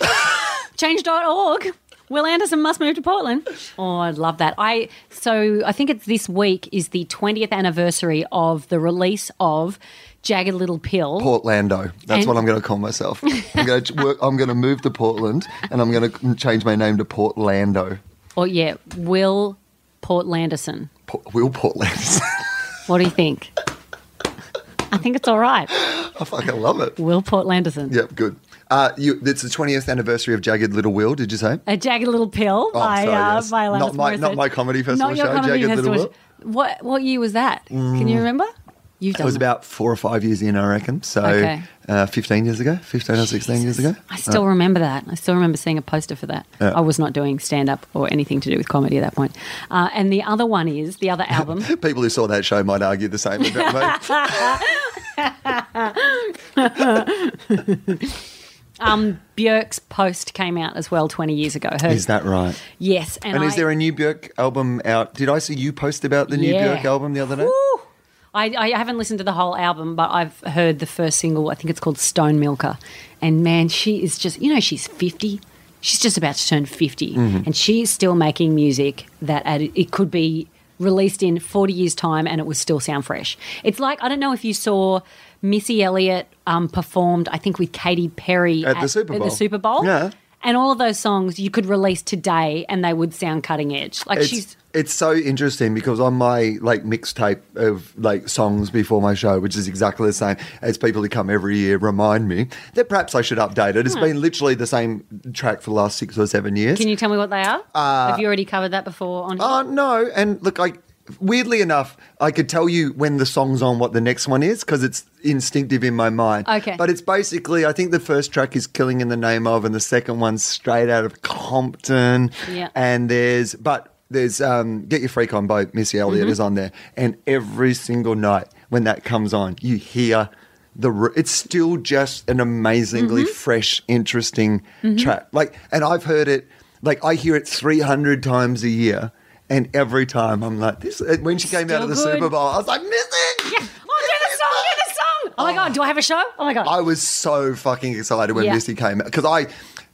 change.org. Will Anderson must move to Portland. Oh, I love that. I so I think it's this week is the 20th anniversary of the release of Jagged Little Pill. Portlando. That's And- what I'm going to call myself. I'm going to work. I'm going to move to Portland, and I'm going to change my name to Portlando. Or yeah, Will Portlanderson. Port- Will Portland. What do you think? I think it's all right. I fucking love it. Will Portlanderson. Yep, good. Uh, you, it's the 20th anniversary of Jagged Little Will, did you say? A Jagged Little Pill Oh, by, sorry, uh, yes. by Alanis Not my- not Morissette. my comedy festival Not your show, comedy Jagged festival Little sh- What, what year was that? Can you remember? You've done It was that. about four or five years in, I reckon. So Okay. uh, 15 years ago, 15 or 16 years ago. I still remember that. I still remember seeing a poster for that. I was not doing stand up or anything to do with comedy at that point. Uh, and the other one is the other album. People who saw that show might argue the same about me. um, Björk's Post came out as well 20 years ago. Her, Is that right? Yes. And, And I, is there a new Björk album out? Did I see you post about the new Yeah. Björk album the other day? Woo! I, I haven't listened to the whole album, but I've heard the first single. I think it's called Stone Milker. And man, she is just, you know, she's 50. She's just about to turn 50. Mm-hmm. And she is still making music that at, it could be released in 40 years' time and it would still sound fresh. It's like, I don't know if you saw Missy Elliott um, performed, I think, with Katy Perry At the Super Bowl. At the Super Bowl. Yeah. And all of those songs you could release today and they would sound cutting edge. Like it's, she's. it's so interesting because on my like mixtape of like songs before my show, which is exactly the same as people who come every year remind me that perhaps I should update it. It's been literally the same track for the last six or seven years. Can you tell me what they are? Have you already covered that before on Uh, no, and look, I weirdly enough, I could tell you when the song's on what the next one is because it's instinctive in my mind. Okay. but it's basically I think the first track is "Killing in the Name of" and the second one's straight out of Compton. Yeah. and there's but there's um, "Get Your Freak On" by Missy Elliott Mm-hmm. is on there, and every single night when that comes on, you hear. The, r- it's still just an Mm-hmm. amazingly fresh, interesting track. Like, and I've heard it like I hear it 300 times a year. And every time I'm like, this. When she came out of the Still good. Super Bowl, I was like, Missy! Yeah. Oh, do the song, do the song. Oh, my god, do I have a show? Oh my god. I was so fucking excited when Yeah. Missy came out because I.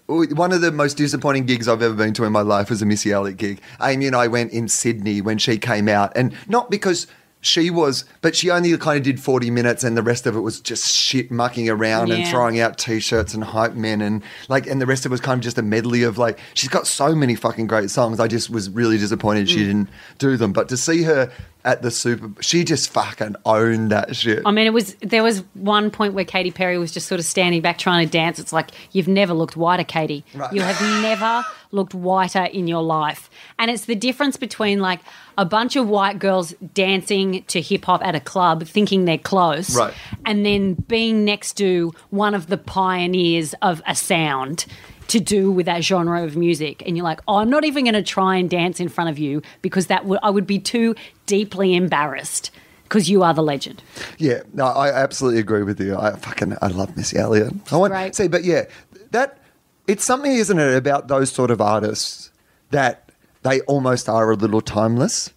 One of the most disappointing gigs I've ever been to in my life was a Missy Elliott gig. Amy and I went in Sydney when she came out, and not because she was, but she only kind of did 40 minutes, and the rest of it was just shit mucking around and Yeah. throwing out t-shirts and hype men, and like, and the rest of it was kind of just a medley of like, she's got so many fucking great songs. I just was really disappointed Mm. she didn't do them, but to see her at the Super, she just fucking owned that shit. I mean, it was there was one point where Katy Perry was just sort of standing back trying to dance. It's like you've never looked whiter, Katy. Right. You have never looked whiter in your life, and it's the difference between like a bunch of white girls dancing to hip hop at a club, thinking they're close, Right. and then being next to one of the pioneers of a sound. To do with that genre of music, and you're like, oh, I'm not even going to try and dance in front of you because that would I would be too deeply embarrassed because you are the legend. Yeah, no, I absolutely agree with you. I fucking I love Missy Elliott. I want great. see, but yeah, that it's something, isn't it, about those sort of artists that they almost are a little timeless.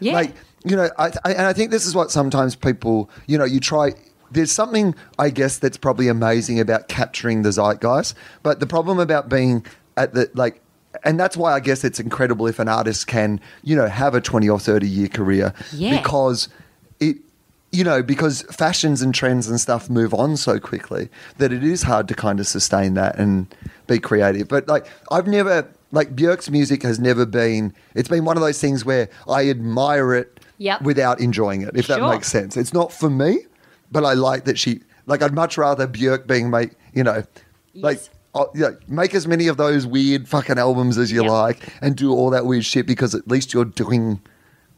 Yeah. Like, you know, I, I, and I think this is what sometimes people, you know, you try. There's something, I guess, that's probably amazing about capturing the zeitgeist. But the problem about being at the like and that's why I guess it's incredible if an artist can, you know, have a 20 or 30 year career Yeah. because it you know, because fashions and trends and stuff move on so quickly that it is hard to kind of sustain that and be creative. But like I've never like Björk's music has never been it's been one of those things where I admire it Yep. without enjoying it, if that Sure. makes sense. It's not for me, but I like that she like I'd much rather Björk being make you know like Yes. oh, yeah, make as many of those weird fucking albums as you Yeah. like and do all that weird shit because at least you're doing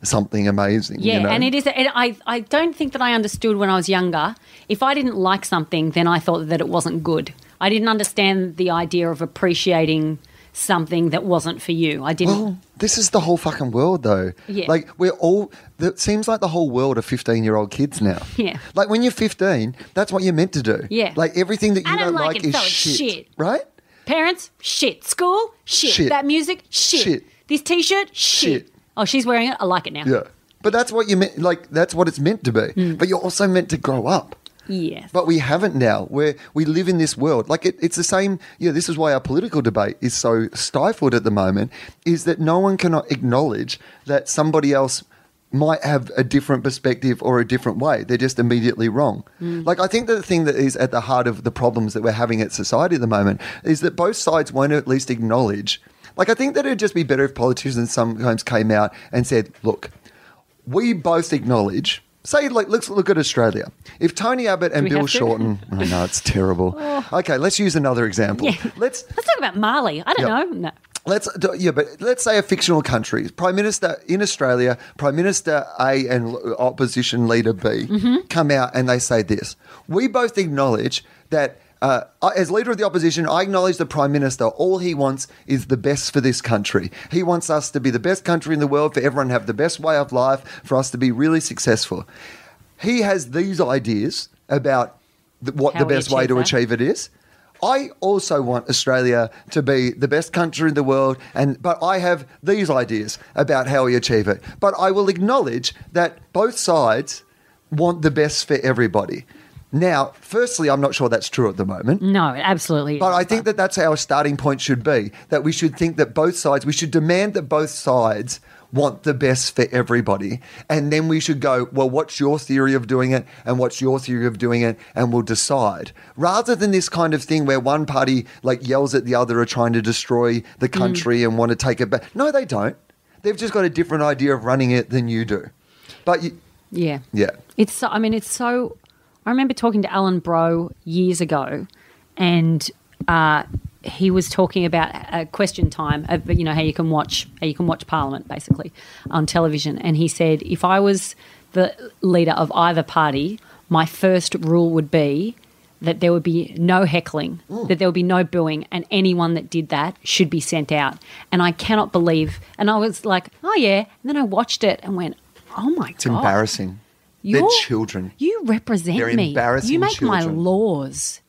something amazing. Yeah, you know? and it is. And I, I don't think that I understood when I was younger. If I didn't like something, then I thought that it wasn't good. I didn't understand the idea of appreciating something that wasn't for you. I didn't. Well, this is the whole fucking world, though. Yeah. Like we're all. It seems like the whole world are fifteen-year-old kids now. Yeah. Like when you're fifteen, that's what you're meant to do. Yeah. Like everything that you I don't, like, it, is so it's shit. right? Parents, shit. School, shit. Shit. That music, shit. Shit. This T-shirt, shit. Shit. Oh, she's wearing it. I like it now. Yeah. But that's what you meant. Like that's what it's meant to be. Mm. But you're also meant to grow up. Yes. But we haven't now. Where we live in this world, like it, it's the same. You know, this is why our political debate is so stifled at the moment. Is that no one can acknowledge that somebody else might have a different perspective or a different way. They're just immediately wrong. Like I think that the thing that is at the heart of the problems that we're having at society at the moment is that both sides won't at least acknowledge. Like I think that it'd just be better if politicians sometimes came out and said, "Look, we both acknowledge. Say, like, let's look at Australia. If Tony Abbott and we Bill have to? Oh. Shorten, I know it's terrible. Okay, let's use another example. Let's Let's talk about Marley. I don't Yeah. know. No. let's do- yeah, but let's say a fictional country, Prime Minister in Australia, Prime Minister A and l- opposition leader B Mm-hmm. come out and they say this: We both acknowledge that. Uh, I- as leader of the opposition, I acknowledge the prime minister. All he wants is the best for this country. He wants us to be the best country in the world, for everyone to have the best way of life, for us to be really successful. He has these ideas about th- what How the we best way achieve to that. achieve it is. I also want Australia to be the best country in the world, and but I have these ideas about how we achieve it. But I will acknowledge that both sides want the best for everybody. Now, firstly, I'm not sure that's true at the moment. No, it absolutely. But is. I think that that's our starting point should be that we should think that both sides, we should demand that both sides want the best for everybody. And then we should go, well, what's your theory of doing it? And what's your theory of doing it? And we'll decide. Rather than this kind of thing where one party like yells at the other are trying to destroy the Mm. country and want to take it back. No, they don't. They've just got a different idea of running it than you do. But you, Yeah. yeah. It's so, I mean, it's so. I remember talking to Alan Bro years ago, and uh, he was talking about uh, question time. Uh, you know how you can watch how you can watch Parliament basically on television, and he said if I was the leader of either party, my first rule would be that there would be no heckling, Mm. that there would be no booing, and anyone that did that should be sent out. And I cannot believe. And I was like, oh yeah. And then I watched it and went, oh my It's god, embarrassing. They're You're- children. You represent They're me. embarrassing you make my children. laws,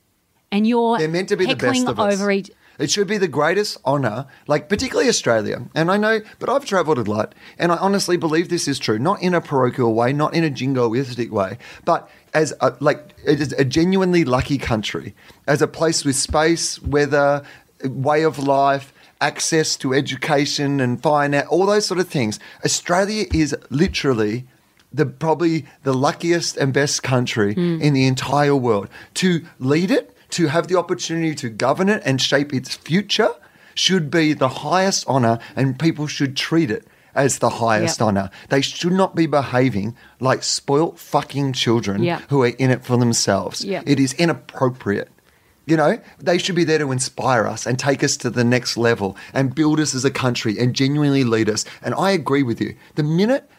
and you're They're meant to be the heckling best of us. over each. It should be the greatest honor, like particularly Australia. And I know, but I've travelled a lot, and I honestly believe this is true. Not in a parochial way, not in a jingoistic way, but as a, like it is a genuinely lucky country, as a place with space, weather, way of life, access to education and finance, all those sort of things. Australia is literally the probably the luckiest and best country Hmm. in the entire world to lead it to have the opportunity to govern it and shape its future should be the highest honor and people should treat it as the highest Yep. honor they should not be behaving like spoilt fucking children Yep. who are in it for themselves Yep. it is inappropriate you know they should be there to inspire us and take us to the next level and build us as a country and genuinely lead us and i agree with you the minute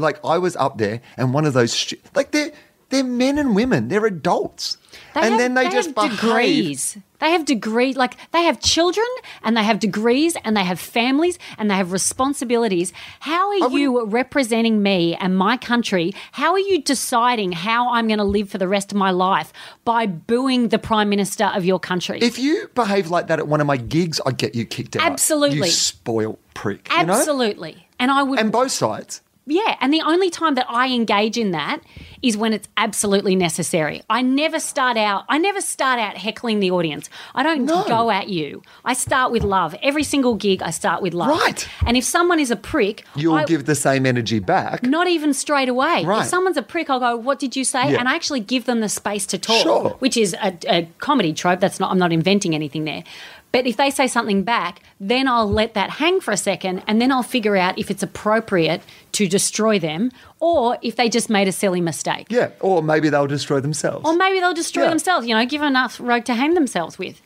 like I was up there, and one of those stu- like they're they're men and women, they're adults, They and have- then they, just have behave. degrees. They have degree, like they have children, and they have degrees, and they have families, and they have responsibilities. How are you representing me and my country? How are you deciding how I'm going to live for the rest of my life by booing the prime minister of your country? If you behave like that at one of my gigs, I'd get you kicked out. Absolutely. you spoiled prick. you know? Absolutely, and I would and both sides. yeah, and the only time that I engage in that is when it's absolutely necessary. I never start out I never start out heckling the audience. I don't go at you. I start with love. Every single gig I start with love. Right. And if someone is a prick, You'll I- give the same energy back. not even straight away. Right. If someone's a prick, I'll go, "What did you say?" Yeah. And I actually give them the space to talk, Sure. which is a, a comedy trope. That's not I'm not inventing anything there. But if they say something back, then I'll let that hang for a second, and then I'll figure out if it's appropriate to destroy them or if they just made a silly mistake. Yeah, or maybe they'll destroy themselves. Or maybe they'll destroy Yeah. themselves, you know, give enough rope to hang themselves with.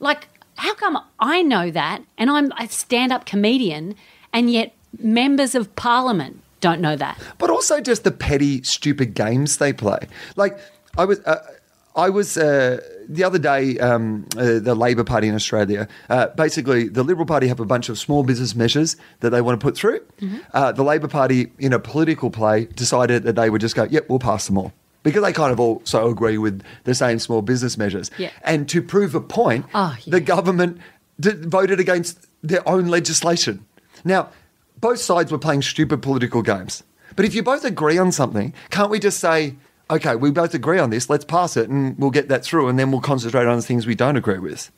Like, how come I know that and I'm a stand up comedian and yet members of parliament don't know that? but also just the petty, stupid games they play. Like I was, uh, I was uh, the other day. Um, uh, the Labor Party in Australia, uh, basically, the Liberal Party have a bunch of small business measures that they want to put through. Uh, the Labor Party, in a political play, decided that they would just go, "Yep, we'll pass them all." Because they kind of also agree with the same small business measures. Yeah. And to prove a point, Oh, yeah. the government d- voted against their own legislation. Now, both sides were playing stupid political games. But if you both agree on something, can't we just say, okay, we both agree on this, let's pass it and we'll get that through and then we'll concentrate on the things we don't agree with?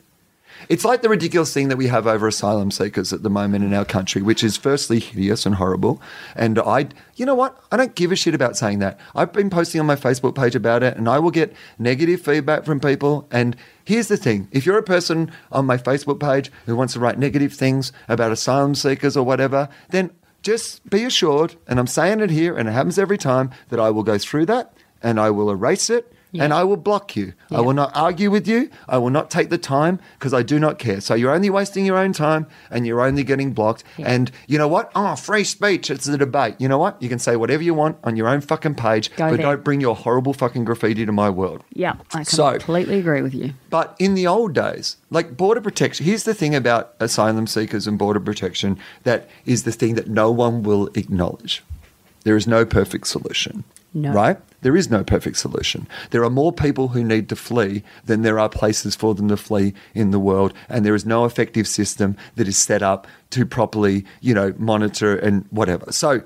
It's like the ridiculous thing that we have over asylum seekers at the moment in our country, which is firstly hideous and horrible. And I, you know what? I don't give a shit about saying that. I've been posting on my Facebook page about it, and I will get negative feedback from people. And here's the thing if you're a person on my Facebook page who wants to write negative things about asylum seekers or whatever, then just be assured, and I'm saying it here, and it happens every time, that I will go through that and I will erase it Yeah. and I will block you. I Yeah. will not argue with you. I will not take the time because I do not care. So you're only wasting your own time and you're only getting blocked. And you know what? Oh, free speech. It's a debate. You know what? You can say whatever you want on your own fucking page, Go but there. don't bring your horrible fucking graffiti to my world. Yeah, I So- completely agree with you. But in the old days, like border protection, here's the thing about asylum seekers and border protection that is the thing that no one will acknowledge. There is no perfect solution. No. Right? There is no perfect solution. There are more people who need to flee than there are places for them to flee in the world, and there is no effective system that is set up to properly, you know, monitor and whatever. So,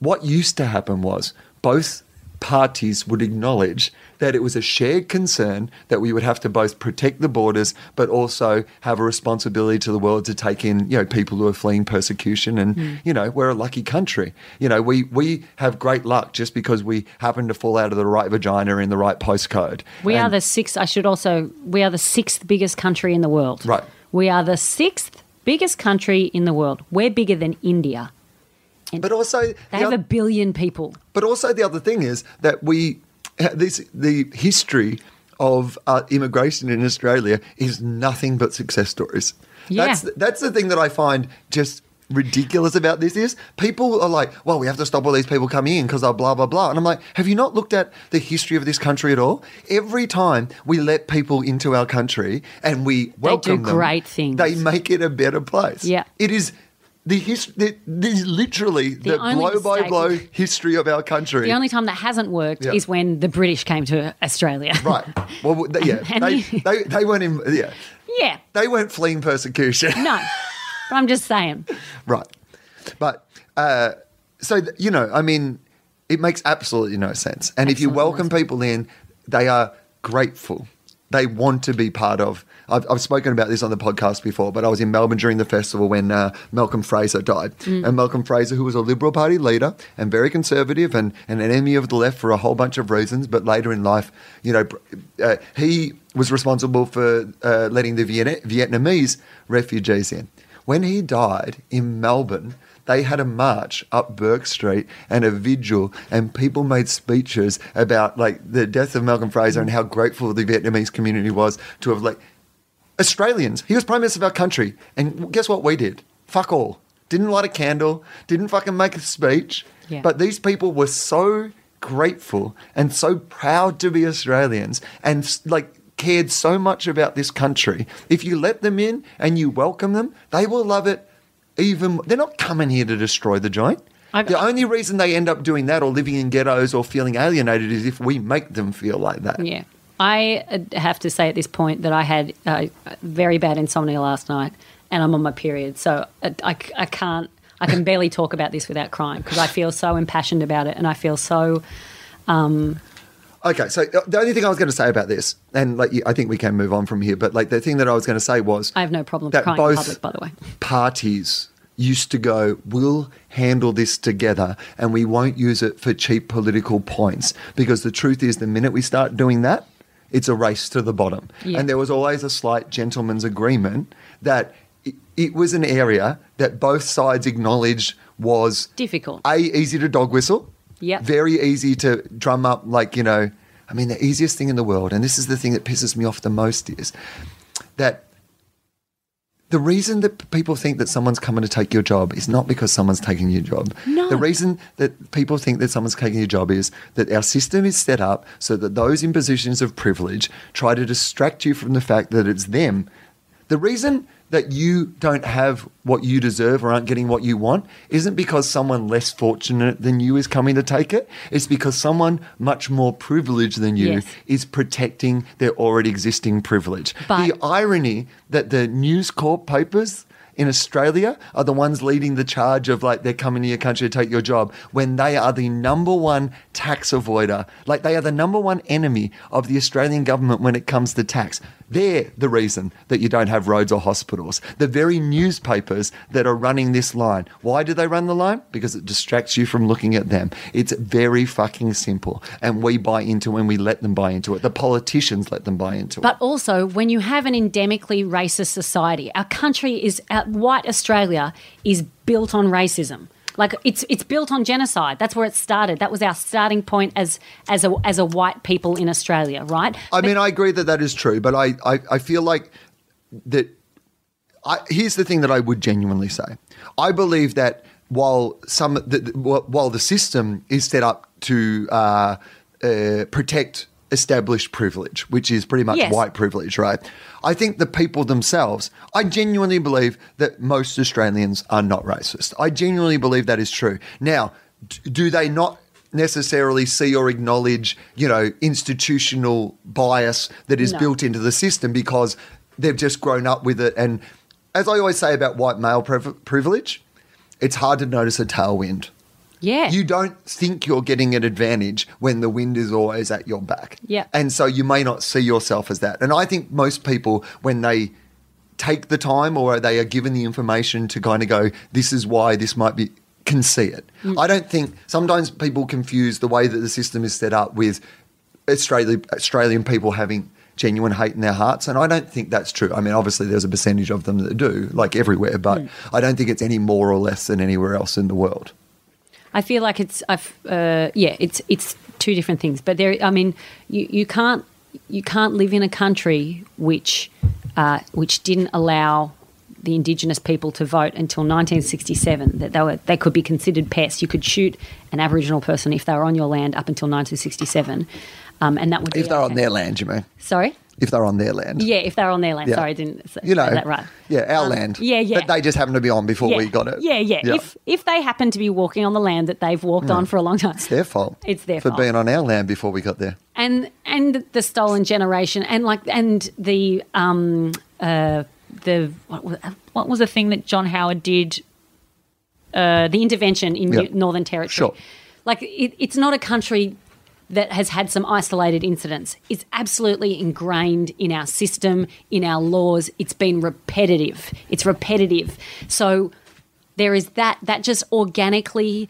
what used to happen was both parties would acknowledge that it was a shared concern that we would have to both protect the borders but also have a responsibility to the world to take in you know people who are fleeing persecution and Hmm. you know we're a lucky country you know we we have great luck just because we happen to fall out of the right vagina in the right postcode We And- are the sixth. I should also. We are the sixth biggest country in the world. Right. We are the sixth biggest country in the world. We're bigger than India. but also the They have oth- a billion people. But also the other thing is that we this the history of uh, immigration in Australia is nothing but success stories. Yeah. That's that's the thing that I find just ridiculous about this is people are like, well, we have to stop all these people coming in because blah blah blah, and I'm like, have you not looked at the history of this country at all? Every time we let people into our country and we welcome them, great things. they make it a better place. Yeah. it is. The history, this is literally the, only blow by mistake- blow history of our country. The only time that hasn't worked Yeah. is when the British came to Australia. Right. Well, w- th- yeah. And They, you- they, they weren't in, yeah. yeah. They weren't fleeing persecution. No. but I'm just saying. right. But uh, so, th- you know, I mean, it makes absolutely no sense. And if you Absolutely no welcome people in, they are grateful. They want to be part of. I've, I've spoken about this on the podcast before, but I was in Melbourne during the festival when uh, Malcolm Fraser died. Mm. And Malcolm Fraser, who was a Liberal Party leader and very conservative and, and an enemy of the left for a whole bunch of reasons, but later in life, you know, br- uh, he was responsible for uh, letting the Viet- Vietnamese refugees in. When he died in Melbourne, they had a march up Burke Street and a vigil, and people made speeches about like the death of Malcolm Fraser and how grateful the Vietnamese community was to have like Australians. He was prime minister of our country, and guess what we did? Fuck all. Didn't light a candle. Didn't fucking make a speech. Yeah. But these people were so grateful and so proud to be Australians, and s- like cared so much about this country. If you let them in and you welcome them, they will love it. Even they're not coming here to destroy the joint. I- the only reason they end up doing that or living in ghettos or feeling alienated is if we make them feel like that. Yeah. I uh, have to say at this point that I had uh, very bad insomnia last night and I'm on my period. So I, I uh, c- I can't. I can barely talk about this without crying because I feel so impassioned about it and I feel so. Okay, so uh, the only thing I was going to say about this, and like, you- I think we can move on from here, but like the thing that I was going to say was I have no problem That crying in both- public, by the way. parties used to go, we'll handle this together and we won't use it for cheap political points. Because the truth is, the minute we start doing that, it's a race to the bottom. Yeah. And there was always a slight gentleman's agreement that it, it was an area that both sides acknowledged was Difficult. A, easy to dog whistle. Yep. Very easy to drum up, like, you know, I mean, the easiest thing in the world, and this is the thing that pisses me off the most is that the reason that p- people think that someone's coming to take your job is not because someone's taking your job. No. The reason that people think that someone's taking your job is that our system is set up so that those in positions of privilege try to distract you from the fact that it's them. The reason that you don't have what you deserve or aren't getting what you want isn't because someone less fortunate than you is coming to take it. It's because someone much more privileged than you Yes. is protecting their already existing privilege. But- the irony that the News Corp papers in Australia are the ones leading the charge of like they're coming to your country to take your job when they are the number one tax avoider. Like they are the number one enemy of the Australian government when it comes to tax. They're the reason that you don't have roads or hospitals. The very newspapers that are running this line. Why do they run the line? Because it distracts you from looking at them. It's very fucking simple. And we buy into it and we let them buy into it. The politicians let them buy into it. But also, when you have an endemically racist society, our country is uh, white Australia is built on racism. Like it's it's built on genocide. That's where it started. That was our starting point as as a as a white people in Australia, right? I mean, I agree that that is true, but I, I, I feel like that. I, here's the thing that I would genuinely say: I believe that while some the, the- wh- while the system is set up to uh, uh, protect established privilege, which is pretty much Yes. white privilege, right? I think the people themselves. I genuinely believe that most Australians are not racist. I genuinely believe that is true. Now, d- do they not? necessarily see or acknowledge, you know, institutional bias that is No. built into the system because they've just grown up with it. And as I always say about white male priv- privilege, it's hard to notice a tailwind. yeah. You don't think you're getting an advantage when the wind is always at your back. Yeah. And so you may not see yourself as that. And I think most people, when they take the time or they are given the information to kind of go, this is why this might be, can see it. Mm. I don't think sometimes people confuse the way that the system is set up with Australia, Australian people having genuine hate in their hearts. And I don't think that's true. I mean, obviously, there's a percentage of them that do, like everywhere, but Mm. I don't think it's any more or less than anywhere else in the world. I feel like it's I've, uh, yeah, it's it's two different things. But there, I mean, you, you can't you can't live in a country which uh, which didn't allow the indigenous people to vote until 1967. That they were they could be considered pests. You could shoot an Aboriginal person if they were on your land up until 1967, um, and that would be If they're on okay. their land, you mean? Sorry. If they're on their land. Yeah, if they're on their land. Yeah. Sorry, I didn't say You know, that right. Um, Yeah, our land. yeah, yeah. But they just happen to be on before we got it. Yeah, yeah. If if they happen to be walking on the land that they've Mm. walked on for a long time, it's their fault. It's their for fault. being on our land before we got there. and and the stolen generation and like and the um uh the what was, what was the thing that John Howard did uh the intervention in Yeah. New- Northern Territory Sure. like it, it's not a country that has had some isolated incidents it's absolutely ingrained in our system in our laws it's been repetitive it's repetitive so there is that that just organically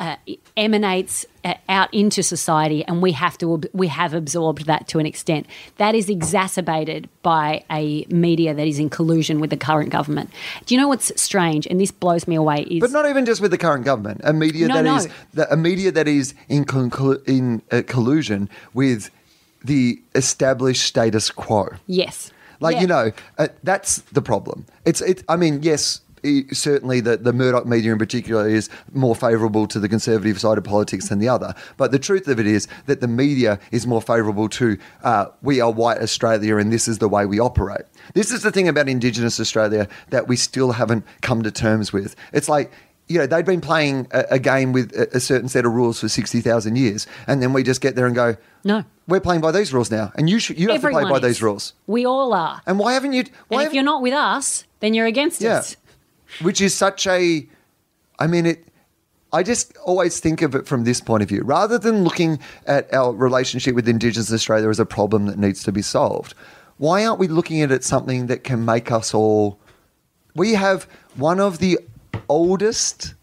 uh, emanates uh, out into society, and we have to ab- we have absorbed that to an extent. That is exacerbated by a media that is in collusion with the current government. Do you know what's strange? And this blows me away. Is But not even just with the current government. A media No, that no. is the, a media that is in conclu- in uh, collusion with the established status quo. yes, Like Yeah. you know, uh, that's the problem. It's it. I mean, yes, i certainly the the Murdoch media in particular is more favourable to the conservative side of politics than the other. But the truth of it is that the media is more favourable to uh, we are white Australia and this is the way we operate. This is the thing about Indigenous Australia that we still haven't come to terms with. It's like. You know, they'd been playing a, a game with a, a certain set of rules for 60,000 years. And then we just get there and go, No. We're playing by these rules now. And you, should, you have to play by Everyone these is. rules. We all are. And why haven't you? Why and if haven't- you're not with us, then you're against Yeah. us. Which is such a. I mean, it. I just always think of it from this point of view, rather than looking at our relationship with Indigenous Australia as a problem that needs to be solved. Why aren't we looking at it something that can make us all? We have one of the oldest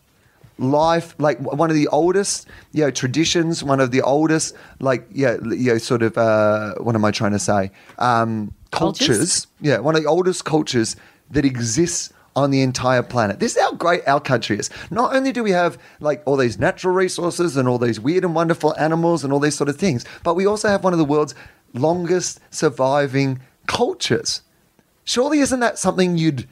life like w- one of the oldest you know traditions one of the oldest like yeah you know sort of uh what am i trying to say um Cultures? cultures yeah one of the oldest cultures that exists on the entire planet this is how great our country is not only do we have like all these natural resources and all these weird and wonderful animals and all these sort of things but we also have one of the world's longest surviving cultures surely isn't that something you'd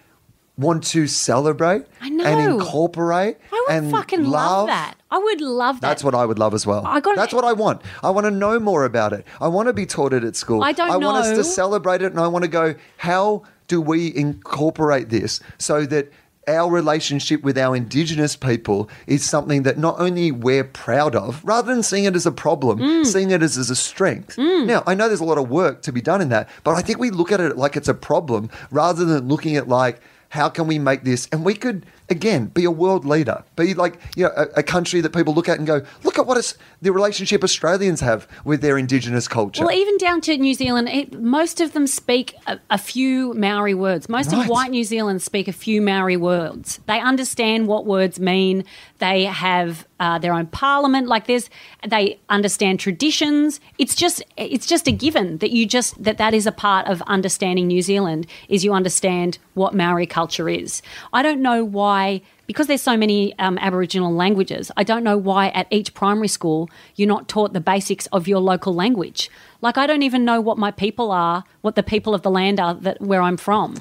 want to celebrate I know. and incorporate I would and fucking love that. I would love that. That's what I would love as well. I got- That's what I want. I want to know more about it. I want to be taught it at school. I don't I want us know. to celebrate it, and I want to go. How do we incorporate this so that our relationship with our Indigenous people is something that not only we're proud of, rather than seeing it as a problem, seeing it as, as a strength. Now, I know there's a lot of work to be done in that, but I think we look at it like it's a problem rather than looking at like how can we make this? And we could, again, be a world leader, be like you know, a, a country that people look at and go, look at what is the relationship Australians have with their indigenous culture. Well, even down to New Zealand, it, most of them speak a, a few Maori words. Most Right. of white New Zealand speak a few Maori words. They understand what words mean. They have uh, their own parliament. Like there's, they understand traditions. It's just, it's just a given that you just that that is a part of understanding New Zealand is you understand what Maori culture is. I don't know why. Because there's so many um, Aboriginal languages, I don't know why at each primary school you're not taught the basics of your local language. Like I don't even know what my people are, what the people of the land are that where I'm from.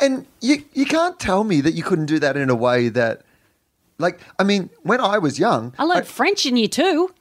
and you you can't tell me that you couldn't do that in a way that, like, I mean, when I was young, I learned French in year two.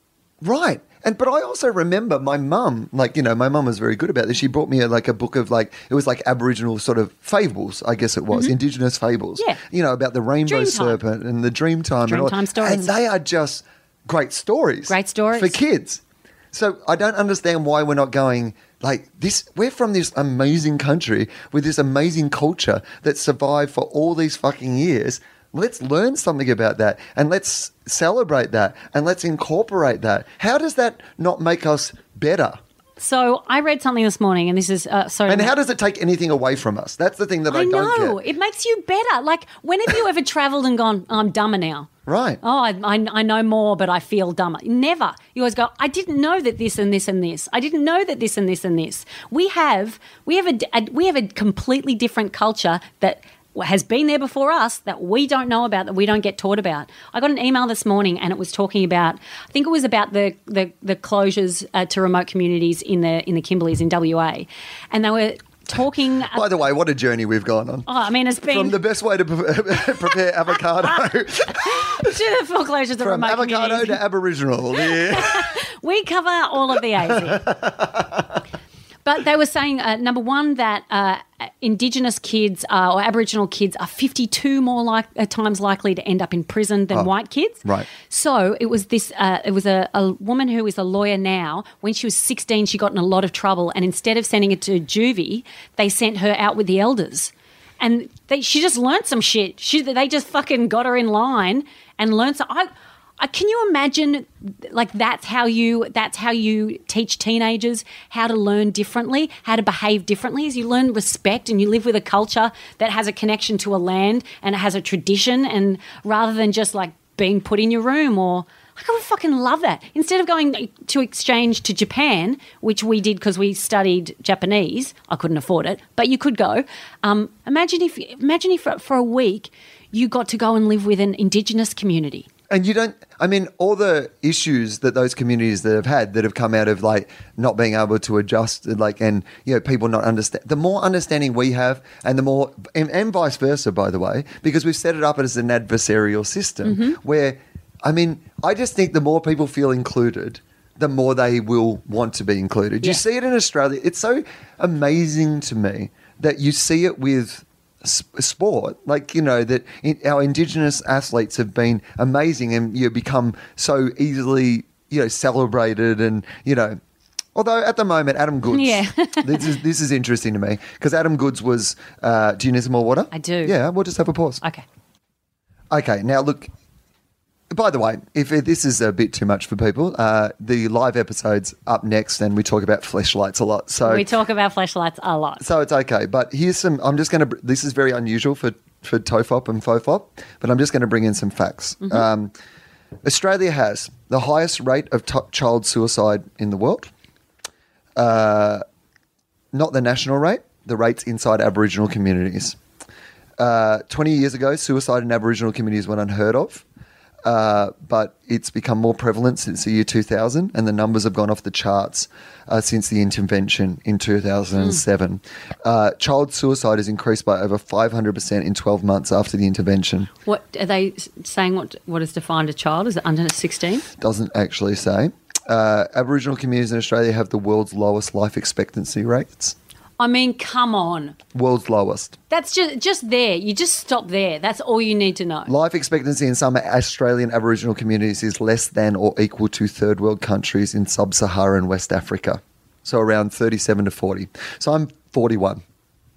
Right. And but I also remember my mum, like you know, my mum was very good about this. She brought me a, like a book of like it was like Aboriginal sort of fables, I guess it was Indigenous fables. Mm-hmm. Yeah. you know about the rainbow Dreamtime. serpent and the Dreamtime and all. Dreamtime stories. And they are just great stories. Great stories. for kids. So I don't understand why we're not going like this. We're from this amazing country with this amazing culture that survived for all these fucking years. Let's learn something about that and let's celebrate that and let's incorporate that. How does that not make us better? So I read something this morning, and this is uh, sorry. And how does it take anything away from us? That's the thing that I, I don't know get. it makes you better. Like when have you ever travelled and gone? I'm dumber now. Right. Oh, I, I, I know more, but I feel dumber. Never. You always go. I didn't know that this and this and this. I didn't know that this and this and this. We have we have a, d- a- we have a completely different culture that has been there before us that we don't know about that we don't get taught about. I got an email this morning and it was talking about I think it was about the the, the closures uh, to remote communities in the in the Kimberleys in WA, and they were talking. By the way, what a journey we've gone on. Oh, I mean, it's been From the best way to pre- prepare avocado, to the foreclosures of from remote avocado communities. to Aboriginal. Yeah. We cover all of the AZ. but they were saying, uh, number one, that uh, Indigenous kids uh, or Aboriginal kids are 52 more like, uh, times likely to end up in prison than white kids. right. So it was this. Uh, it was a, a woman who is a lawyer now. When she was 16, she got in a lot of trouble, and instead of sending her to juvie, they sent her out with the elders, and they, she just learnt some shit. She they just fucking got her in line and learned some. I, I, Uh, can you imagine? Like that's how you that's how you teach teenagers how to learn differently, how to behave differently. Is you learn respect and you live with a culture that has a connection to a land and it has a tradition, and rather than just like being put in your room or like, I would fucking love that. Instead of going to exchange to Japan, which we did because we studied Japanese, I couldn't afford it, but you could go. Um, imagine if, imagine if for a week you got to go and live with an indigenous community. And you don't, I mean, all the issues that those communities that have had that have come out of like not being able to adjust, like, and, you know, people not understand. The more understanding we have, and the more, and, and vice versa, by the way, because we've set it up as an adversarial system where, I mean, I just think the more people feel included, the more they will want to be included. You Yeah. see it in Australia. It's so amazing to me that you see it with sp- sport. Like, you know, that in, our Indigenous athletes have been amazing and you become so easily, you know, celebrated and, you know, Although at the moment, Adam Goods. Yeah. this is this is interesting to me because Adam Goods was. Uh, do you need some more water? I do. Yeah, we'll just have a pause. Okay. Okay, now look, By the way, if this is a bit too much for people, uh, the live episode's up next, and we talk about fleshlights a lot. So We talk about flashlights a lot. so it's okay. But here's some. I'm just going to. This is very unusual for for Tofop and Fofop, but I'm just going to bring in some facts. Um, Australia has the highest rate of to- child suicide in the world. Uh, not the national rate. The rates inside Aboriginal communities. Uh, 20 years ago, suicide in Aboriginal communities was unheard of. Uh, but it's become more prevalent since the year 2000, and the numbers have gone off the charts uh, since the intervention in 2007. Uh, child suicide has increased by over 500% in 12 months after the intervention. What are they s- saying? What what is defined a child? Is it under sixteen? Doesn't actually say. Uh, Aboriginal communities in Australia have the world's lowest life expectancy rates. I mean, come on. World's lowest. That's just just there. You just stop there. That's all you need to know. Life expectancy in some Australian Aboriginal communities is less than or equal to third world countries in sub Saharan West Africa. So around 37 to 40. So I'm 41.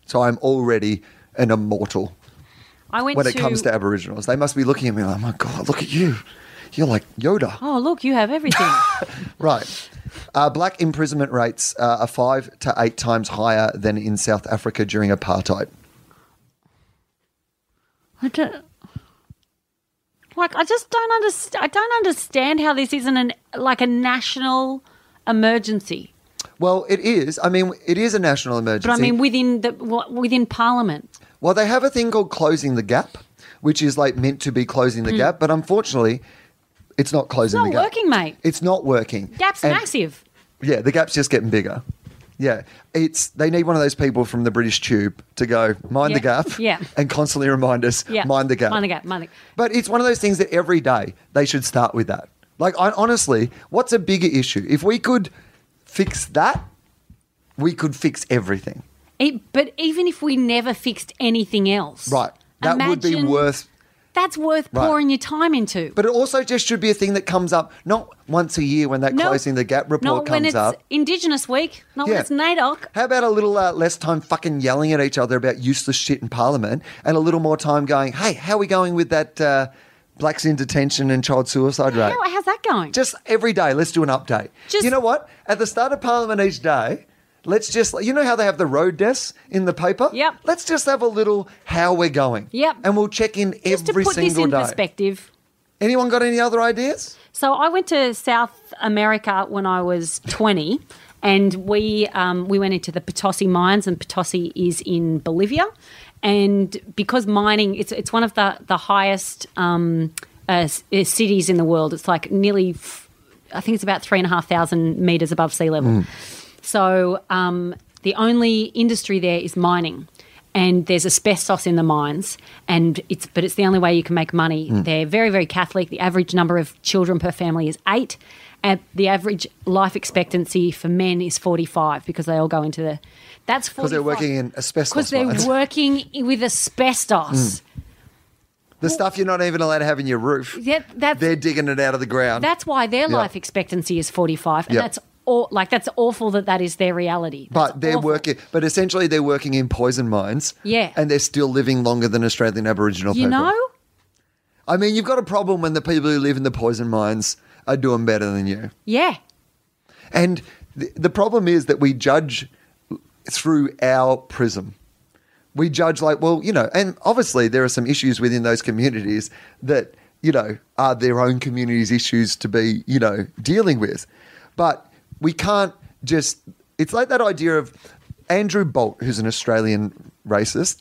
So I'm already an immortal I went when to, it comes to Aboriginals. They must be looking at me like, oh my God, look at you. You're like Yoda. Oh look, you have everything. Right. Uh, black imprisonment rates uh, are five to eight times higher than in South Africa during apartheid. I don't. Like I just don't understand. I don't understand how this isn't an like a national emergency. Well, it is. I mean, it is a national emergency. But I mean, within the what- within Parliament, Well, they have a thing called closing the gap, which is like meant to be closing the gap, but unfortunately, it's not closing Hmm. not the gap. working, mate. It's not working. gap's And- massive. Yeah, the gap's just getting bigger. Yeah, it's they need one of those people from the British Tube to go mind the Yeah. gap, Yeah. and constantly remind us Yeah, mind the gap, Mind the gap. Mind the But it's one of those things that every day they should start with that. Like, I, honestly, what's a bigger issue? If we could fix that, we could fix everything. It, E, but even if we never fixed anything else, Right. That would be imagine- worth That's worth Right. pouring your time into. But it also just should be a thing that comes up not once a year when that No, closing the gap report not comes when it's up. Indigenous Week, not when Yeah. it's NAIDOC. How about a little uh, less time fucking yelling at each other about useless shit in Parliament and a little more time going, hey, how are we going with that uh, blacks in detention and child suicide rate? How, how's that going? Just every day, let's do an update. Just- you know what? At the start of Parliament each day, let's just, you know how they have the road desks in the paper? Yep. Let's just have a little how we're going. Yep. And we'll check in Just to every put this single in day. perspective. Anyone got any other ideas? So I went to South America when I was 20, and we um, we went into the Potosi mines, and Potosi is in Bolivia, and because mining, it's it's one of the the highest um, uh, c- uh, cities in the world. It's like nearly, f- I think it's about three and a half thousand meters above sea level. So um, the only industry there is mining, and there's asbestos in the mines, and it's but it's the only way you can make money. Hmm. They're very very Catholic. The average number of children per family is eight, and the average life expectancy for men is forty five because they all go into the. That's Because they're working in asbestos because they're mines. Hmm. working i- with asbestos. The stuff you're not even allowed to have in your roof. Yep, that's- they're digging it out of the ground. That's why their Yeah. life expectancy is forty five, and Yeah. that's. Or, like that's awful that that is their reality. That's but they're awful. working. But essentially, they're working in poison mines. Yeah. and they're still living longer than Australian Aboriginal You people. know, I mean, you've got a problem when the people who live in the poison mines are doing better than you. yeah. And the, the problem is that we judge through our prism. We judge like, well, you know, and obviously there are some issues within those communities that, you know, are their own communities' issues to be, you know, dealing with. But we can't just, it's like that idea of Andrew Bolt, who's an Australian racist,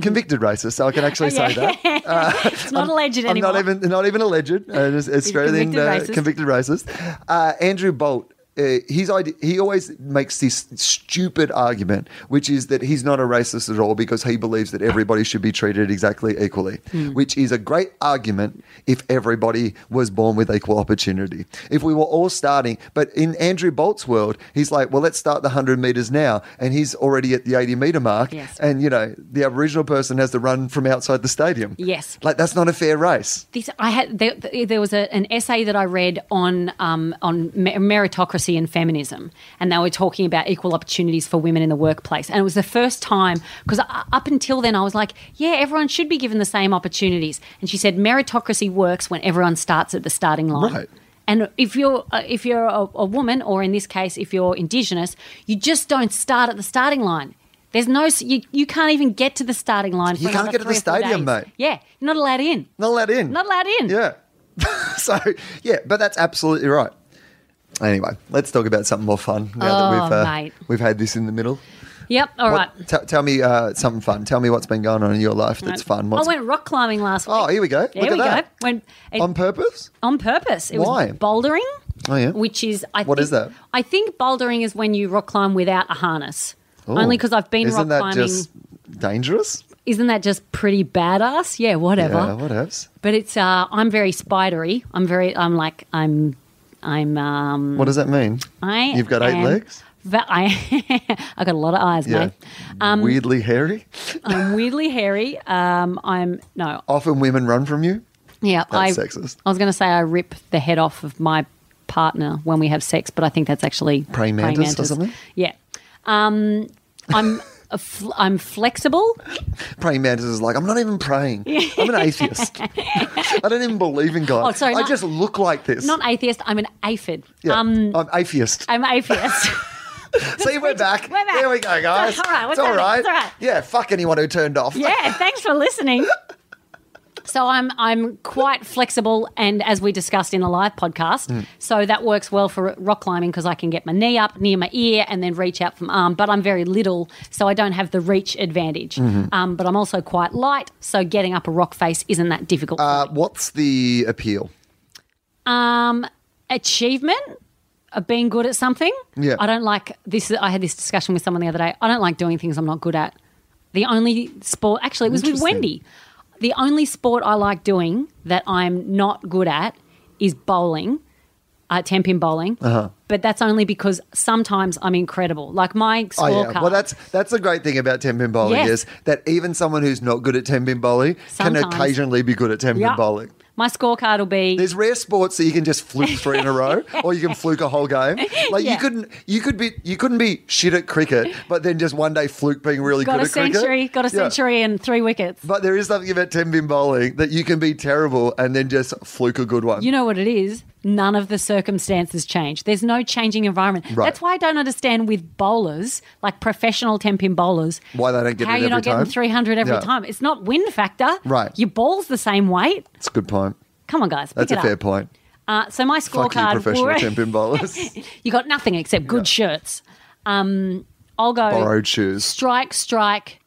convicted racist, so I can actually say Oh, Yeah. that. Uh, It's not alleged I'm anymore. not even not even alleged. An Australian convicted uh, racist. convicted racist. Uh, Andrew Bolt. Uh, his idea, he always makes this stupid argument, which is that he's not a racist at all because he believes that everybody should be treated exactly equally, Hmm. which is a great argument if everybody was born with equal opportunity. If we were all starting, but in Andrew Bolt's world, he's like, well, let's start the 100 meters now. And he's already at the 80 meter mark. Yes. And, you know, the Aboriginal person has to run from outside the stadium. Yes. Like, that's not a fair race. this I had there, there was a, an essay that I read on um, on me- meritocracy democracy and feminism. And they were talking about equal opportunities for women in the workplace. And it was the first time, because up until then, I was like, yeah, everyone should be given the same opportunities. And she said, meritocracy works when everyone starts at the starting line. Right. And if you're uh, if you're a, a woman, or in this case, if you're Indigenous, you just don't start at the starting line. There's no s- you, you can't even get to the starting line. For You can't another get to three the or four stadium, days. mate. Yeah, you're not allowed in. Not allowed in. Not allowed in. Yeah. so, yeah, but that's absolutely right. Anyway, let's talk about something more fun now that Oh, we've uh, mate. we've had this in the middle. Yep. All right. What- te- tell me uh, something fun. Tell me what's been going on in your life that's fun. What's, I went rock climbing last week. Oh, here we go. There Look we at that. go. Went it- on on, purpose? purpose. It Why? was bouldering. Oh, yeah. Which is I What think, is that? I think bouldering is when you rock climb without a harness. Ooh. Only because I've been Isn't rock that climbing. just dangerous? Isn't that just pretty badass? Yeah, whatever. Yeah, what else? But it's uh, I'm very spidery. I'm very I'm like I'm I'm um What does that mean? I You've got eight am legs? va- I I got a lot of eyes, Yeah. mate. Um, Weirdly hairy. I'm weirdly hairy. Um, I'm no, Often women run from you. yeah. That's I, sexist. I was going to say I rip the head off of my partner when we have sex, but I think that's actually Praying mantis or something? Yeah, um, I'm a fl- I'm flexible. Praying mantis is like, I'm not even praying. I'm an atheist. I don't even believe in God. Oh, sorry, I not- just look like this. Not atheist. I'm an aphid. yeah, Um, I'm atheist. I'm atheist. See, we're back. we're back. There we go, guys. It's all right, what's all happening? right. It's all right. Yeah, fuck anyone who turned off. yeah, thanks for listening. So I'm I'm quite flexible, and as we discussed in the live podcast, so that works well for rock climbing because I can get my knee up near my ear and then reach out from arm. But I'm very little, so I don't have the reach advantage. Um, but I'm also quite light, so getting up a rock face isn't that difficult. Uh, what's the appeal? um, achievement of being good at something. Yeah. I don't like this. I had this discussion with someone the other day. I don't like doing things I'm not good at. The only sport, actually, it was with Interesting. Wendy. The only sport I like doing that I'm not good at is bowling, uh, 10 pin bowling. Uh-huh. But that's only because sometimes I'm incredible. Like my Oh scorecard. yeah. Well, that's that's the great thing about ten pin bowling Yes. is that even someone who's not good at ten pin bowling can Sometimes. occasionally be good at ten pin Yeah. bowling. My scorecard will be. There's rare sports that you can just fluke three in a row, or you can fluke a whole game. Like you Yeah. couldn't, you could be, you couldn't be shit at cricket, but then just one day fluke being really Got good a at cricket. century, got a Yeah. century and three wickets. But there is something about ten pin bowling that you can be terrible and then just fluke a good one. You know what it is? None of the circumstances change. There's no changing environment. Right. That's why I don't understand with bowlers, like professional 10 pin bowlers, Why they don't get how it you're every not time. getting 300 every Yeah. time. It's not win factor. Right. Your ball's the same weight. That's a good point. Come on, guys. That's pick a it fair up. point. Uh, so my Fuck you, scorecard. professional were- ten pin bowlers. you got nothing except good shirts. Um, I'll go Borrowed shoes. strike, strike,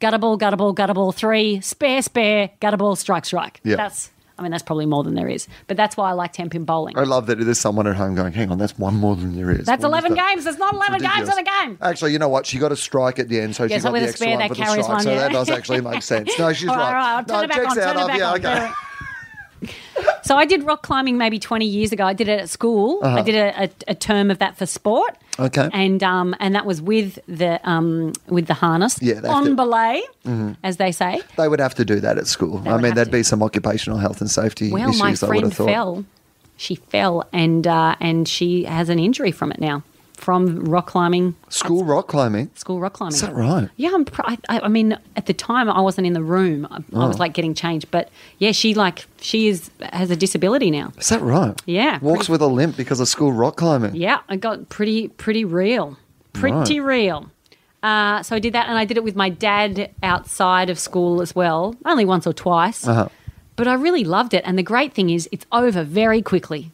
gutter ball, gutter ball, gutter ball, three, spare, spare, gutter ball, strike, strike. Yeah. That's, I mean, that's probably more than there is. But that's why I like 10 pin bowling. I love that there's someone at home going, hang on, that's one more than there is. That's What is 11 that? games. That's not 11 Ridiculous. games in a game. Actually, you know what? She got a strike at the end, so Yeah, she so got with the a extra spare, one that for the strike. carries one, so yeah. that does actually make sense. No, she's All right. right, all right, I'll turn no, it back checks on, turn out. it I'll be back on, okay. turn it So I did rock climbing maybe 20 years ago. I did it at school. Uh-huh. I did a, a, a term of that for sport. Okay. And um and that was with the um with the harness Yeah, Mm-hmm. they have to- on belay, as they say. They would have to do that at school. I would mean, have there'd to. be some occupational health and safety Well, issues, my I would friend have thought. fell. She fell and uh, and she has an injury from it now from rock climbing, School rock climbing. school rock climbing. Is that right? Yeah, I'm. Pr- I, I I mean, at the time I wasn't in the room. I, I Oh. was like getting changed, but yeah, she like she is has a disability now. Is that right? Yeah, Walks pretty- with a limp because of school rock climbing. Yeah, I got pretty pretty real, pretty real. Uh, so I did that, and I did it with my dad outside of school as well, only once or twice. Uh-huh. But I really loved it, and the great thing is it's over very quickly.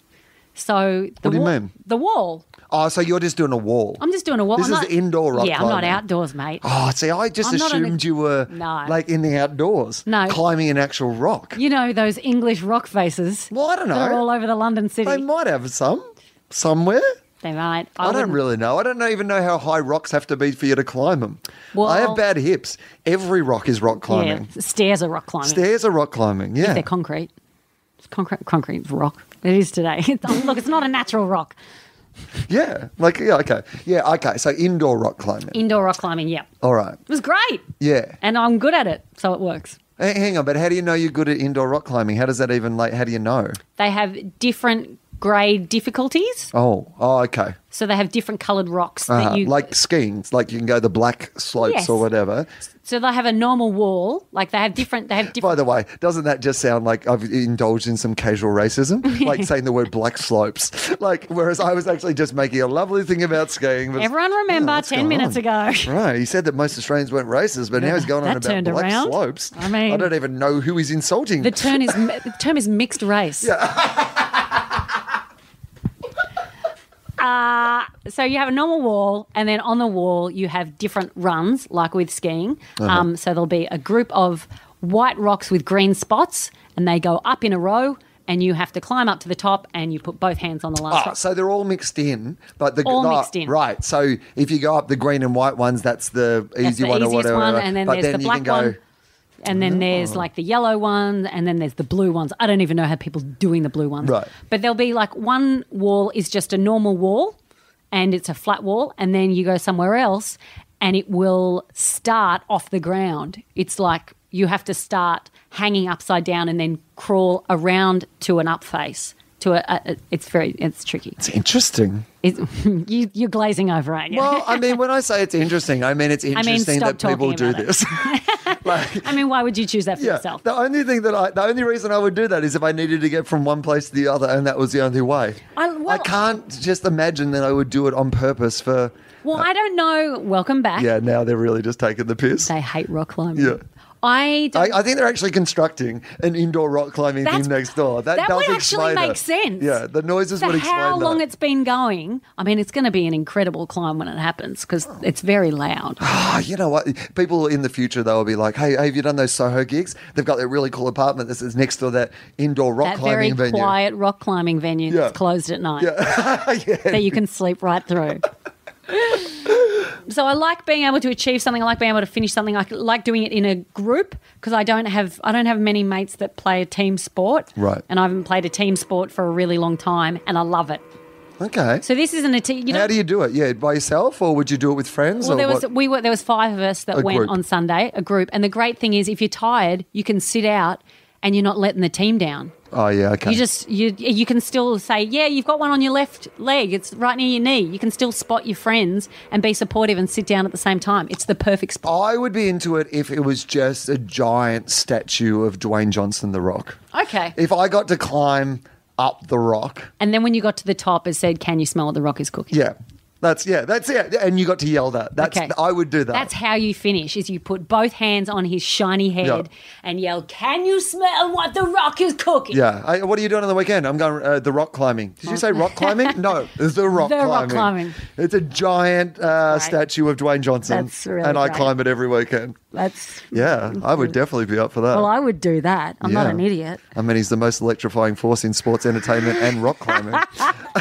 So What the do you wall, mean? the wall. Oh, so you're just doing a wall. I'm just doing a wall. This I'm is not- indoor rock Yeah, I'm not climbing. outdoors, mate. Oh, see, I just I'm not an- assumed you were No. like in the outdoors, No. climbing an actual rock. You know those English rock faces. Well, I don't That are know. all over the London city. They might have some somewhere. They might. I, don't wouldn't- really know. I don't know- even know how high rocks have to be for you to climb them. I have Well- bad hips. Every rock is rock climbing. Yeah, stairs are rock climbing. Stairs are rock climbing. Yeah. They're concrete. It's concrete, concrete is rock. It is today. It's, oh, look, it's not a natural rock. yeah. Like yeah, okay. Yeah, okay. So indoor rock climbing. Indoor rock climbing. Yeah, it All right. was great, Yeah. and I'm good at it, so it works. H- hang on, but how do you know you're good at indoor rock climbing? How does that even like how do you know? They have different grade difficulties. Oh, oh, okay. So they have different coloured rocks Uh-huh. that you like skiing, like you can go the black slopes Yes. or whatever. So they have a normal wall. Like they have different. They have By different. the way, doesn't that just sound like I've indulged in some casual racism, like saying the word black slopes? Like, whereas I was actually just making a lovely thing about skiing. But Everyone remember what's ten going minutes on? ago. Right, he said that most Australians weren't racist, but now he's going on That about turned black around. slopes. I mean- I don't even know who he's insulting. The term is the term is mixed race. Uh, so you have a normal wall, and then on the wall you have different runs, like with skiing. Um, so there'll be a group of white rocks with green spots, and they go up in a row, and you have to climb up to the top, and you put both hands on the last Ah, rock. so they're all mixed in, but the All ah, mixed in. right. So if you go up the green and white ones, that's the easy That's the one or easiest whatever. one, and then but there's then the you black can go. "Hmm." one. And then there's like the yellow one, and then there's the blue ones. I don't even know how people doing the blue ones. Right. But there'll be like one wall is just a normal wall, and it's a flat wall, and then you go somewhere else, and it will start off the ground. It's like you have to start hanging upside down and then crawl around to an up face. To a, a, a- it's very it's tricky. It's interesting. It's, you, you're glazing over, aren't you? Well, I mean, when I say it's interesting, I mean it's interesting stop that people talking do about it. this. like, I mean, why would you choose that for yeah. yourself? The only thing that I, the only reason I would do that is if I needed to get from one place to the other, and that was the only way. I- well- can't just imagine that I would do it on purpose for. Well, I don't know. Welcome back. Uh, Yeah, now they're really just taking the piss. They hate rock climbing. Yeah. I don't. I, I think they're actually constructing an indoor rock climbing That's- thing next door. That, that does would actually explain make it. sense. Yeah, the noises for would explain how long that. it's been going, I mean, it's going to be an incredible climb when it happens because it's very loud. Oh, you know what? People in the future they will be like, "Hey, have you done those Soho gigs? They've got that really cool apartment that is next to that indoor rock that very climbing venue." quiet rock climbing venue Yeah. that's closed at night yeah. that you can sleep right through. so I like being able to achieve something. I like being able to finish something. I like doing it in a group because I don't have I don't have many mates that play a team sport. Right. And I haven't played a team sport for a really long time, and I love it. Okay. So this isn't a team. You know, How do you do it? Yeah, by yourself, or would you do it with friends? Well, or there was what? we were there was five of us that A went group. on Sunday, a group. And the great thing is, if you're tired, you can sit out and you're not letting the team down. Oh yeah, okay. You just you you can still say, yeah, you've got one on your left leg. It's right near your knee. You can still spot your friends and be supportive and sit down at the same time. It's the perfect spot. I would be into it if it was just a giant statue of Dwayne Johnson, the Rock. Okay. If I got to climb up the rock, and then when you got to the top, it said, "Can you smell what the rock is cooking?" yeah, that's yeah, that's it. And you got to yell that. That's Okay. I would do that. That's how you finish: is you put both hands on his shiny head Yeah. and yell, "Can you smell what the rock is cooking?" Yeah. I, what are you doing on the weekend? I'm going uh, the rock climbing. Did you say rock climbing? No, it's the rock The climbing. rock climbing. It's a giant uh, Right. statue of Dwayne Johnson, That's really and I great. climb it every weekend. That's Yeah, I would definitely be up for that. well, I would do that. I'm not Yeah. an idiot. I mean, he's the most electrifying force in sports entertainment and rock climbing.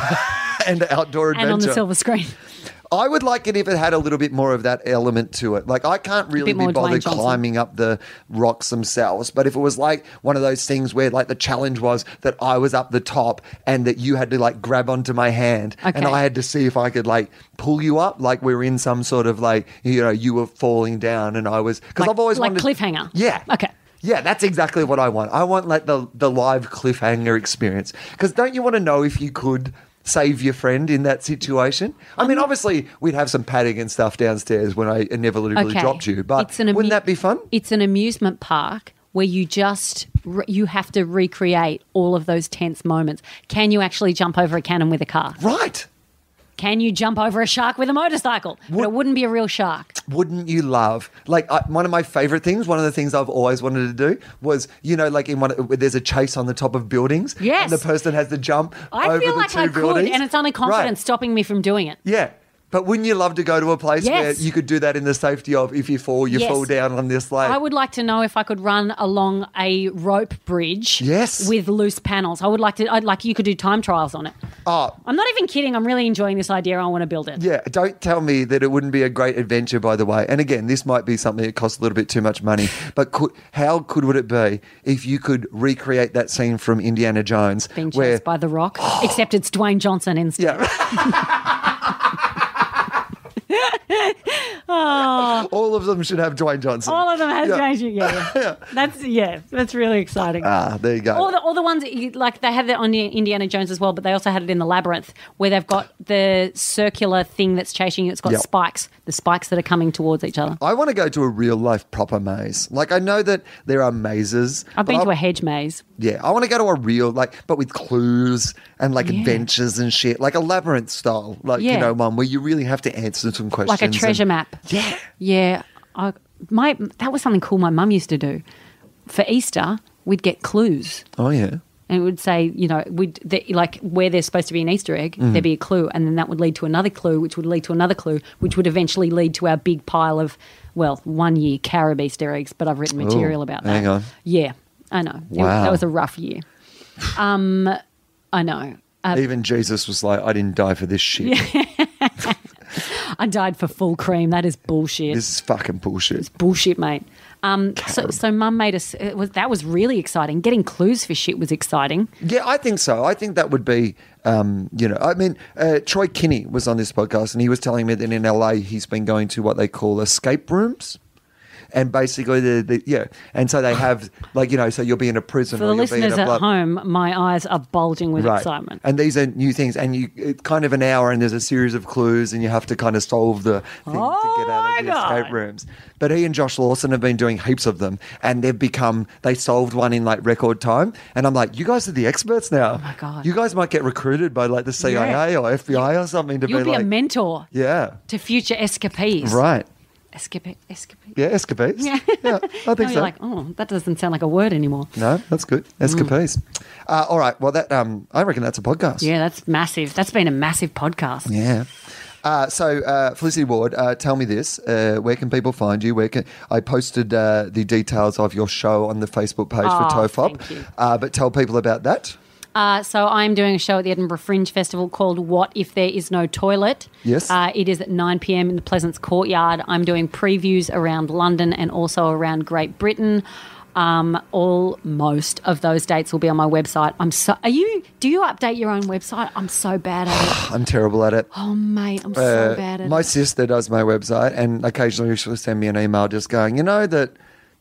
And outdoor adventure. and on the silver screen. I would like it if it had a little bit more of that element to it. Like I can't really bit more be Dwayne bothered Johnson. climbing up the rocks themselves, but if it was like one of those things where like the challenge was that I was up the top and that you had to like grab onto my hand and Okay. I had to see if I could like pull you up, like we are in some sort of like you know you were falling down and I was because Like- I've always like wanted cliffhanger. Yeah. Okay. Yeah, that's exactly what I want. I want like the the live cliffhanger experience. Because don't you want to know if you could save your friend in that situation? I Um, mean, obviously we'd have some padding and stuff downstairs when I inevitably Okay. dropped you, but It's an amu- wouldn't that be fun? It's an amusement park where you just re- you have to recreate all of those tense moments. Can you actually jump over a cannon with a car? Right. Can you jump over a shark with a motorcycle? But it wouldn't be a real shark. Wouldn't you love? Like I, one of my favorite things, one of the things I've always wanted to do was, you know, like in one where there's a chase on the top of buildings, and Yes. the person has to jump I over feel the like two I buildings, could, and it's only confidence Right. stopping me from doing it. Yeah. But wouldn't you love to go to a place where Yes. you could do that in the safety of if you fall, you Yes. fall down on this lake? I would like to know if I could run along a rope bridge. Yes. With loose panels. I would like to. I'd like you could do time trials on it. Oh. I'm not even kidding. I'm really enjoying this idea. I want to build it. Yeah, don't tell me that it wouldn't be a great adventure, by the way. And again, this might be something that costs a little bit too much money, but could, how good would it be if you could recreate that scene from Indiana Jones? Being chased where, by the Rock, except it's Dwayne Johnson instead. yeah, All of them should have Dwayne Johnson. All of them has Yeah. changed. it, Yeah, yeah. that's yeah, that's really exciting. Ah, there you go. all the all the ones that you, like they had that on Indiana Jones as well, but they also had it in the labyrinth where they've got the circular thing that's chasing you. It's got Yep. spikes, the spikes that are coming towards each other. I want to go to a real life proper maze. Like I know that there are mazes. I've been but to I- a hedge maze. yeah. I want to go to a real like, but with clues and like adventures and shit, like a labyrinth style, like you Yeah. know, one where you really have to answer some questions, like a and- treasure map. Yeah. Yeah, I, my that was something cool my mum used to do. For Easter, we'd get clues, Oh yeah. and it would say, you know, we'd the, like where there's supposed to be an Easter egg, Mm-hmm. there'd be a clue, and then that would lead to another clue, which would lead to another clue, which would eventually lead to our big pile of, well, one year Carib Easter eggs. But I've written material about that. hang on. Yeah, I know. It- Wow. that was a rough year. Um, I know. Even Jesus was like, I didn't die for this shit. I died for full cream. That is bullshit. This is fucking bullshit. bullshit, mate. Um, so, so mum made us. It was that was really exciting. Getting clues for shit was exciting. Yeah, I think so. I think that would be, um, you know, I mean, uh, Troy Kinney was on this podcast and he was telling me that in LA he's been going to what they call escape rooms. And basically, the, the yeah, and so they have like you know, so you'll be in a prison For or the you'll be in listeners a at blah- home, my eyes are bulging with excitement. And these are new things, and you it's kind of an hour, and there's a series of clues, and you have to kind of solve the thing Oh to get out my of the escape God. rooms. But he and Josh Lawson have been doing heaps of them, and they've become they solved one in like record time. And I'm like, you guys are the experts now. Oh my God. You guys might get recruited by like the CIA or FBI or something to You'll be, be, like, a mentor yeah, to future escapees. right, Escape, escape. yeah, escapades. Yeah, I Now think you're so. like, Mm. oh, that doesn't sound like a word anymore. no, that's good. Escapades. Uh, all right. Well, that um, I reckon that's a podcast. Yeah, that's massive. That's been a massive podcast. Yeah. Uh, so, uh, Felicity Ward, uh, tell me this: uh, where can people find you? Where can I posted uh, the details of your show on the Facebook page Oh, for Tofop? thank you. Uh, but tell people about that. Uh, so I'm doing a show at the Edinburgh Fringe Festival called "What If There Is No Toilet." Yes. uh, it is at 9 p.m. in the Pleasance Courtyard. I'm doing previews around London and also around Great Britain. Um, all most of those dates will be on my website. I'm so. Are you? Do you update your own website? I'm so bad at it. I'm terrible at it. Oh mate, I'm Uh, so bad at my it. sister does my website, and occasionally she'll send me an email just going, you know that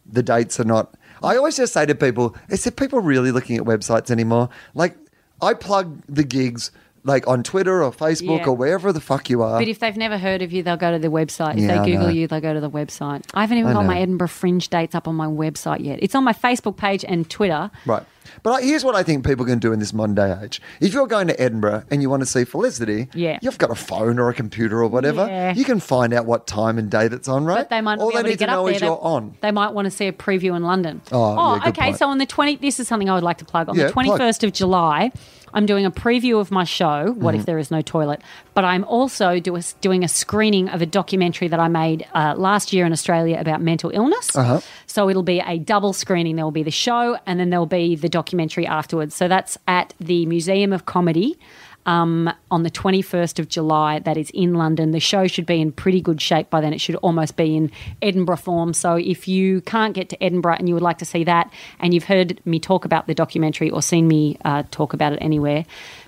the dates are not. I always just say to people, is there people really looking at websites anymore? Like, I plug the gigs like on Twitter or Facebook Yeah. or wherever the fuck you are. But if they've never heard of you, they'll go to the website. If Yeah, I they Google know. you, they'll go to the website. I haven't even I got my know. Edinburgh Fringe dates up on my website yet. It's on my Facebook page and Twitter. Right. But I- here's what I think people can do in this modern day age. If you're going to Edinburgh and you want to see Felicity, Yeah. you've got a phone or a computer or whatever. Yeah. You can find out what time and day that's on, right? But they might not All be they able to need to, get up know there. is They- you're on. They might want to see a preview in London. Oh, yeah, good okay. point. So on the twenty, this is something I would like to plug. On Yeah, the plug. twenty first of July, I'm doing a preview of my show. What Mm-hmm. if there is no toilet? But I'm also do a, doing a screening of a documentary that I made uh, last year in Australia about mental illness. Uh-huh. So it'll be a double screening. There will be the show, and then there will be the documentary afterwards. So that's at the Museum of Comedy um, on the 21st of July. That is in London. The show should be in pretty good shape by then. It should almost be in Edinburgh form. So if you can't get to Edinburgh and you would like to see that, and you've heard me talk about the documentary or seen me uh, talk about it anywhere,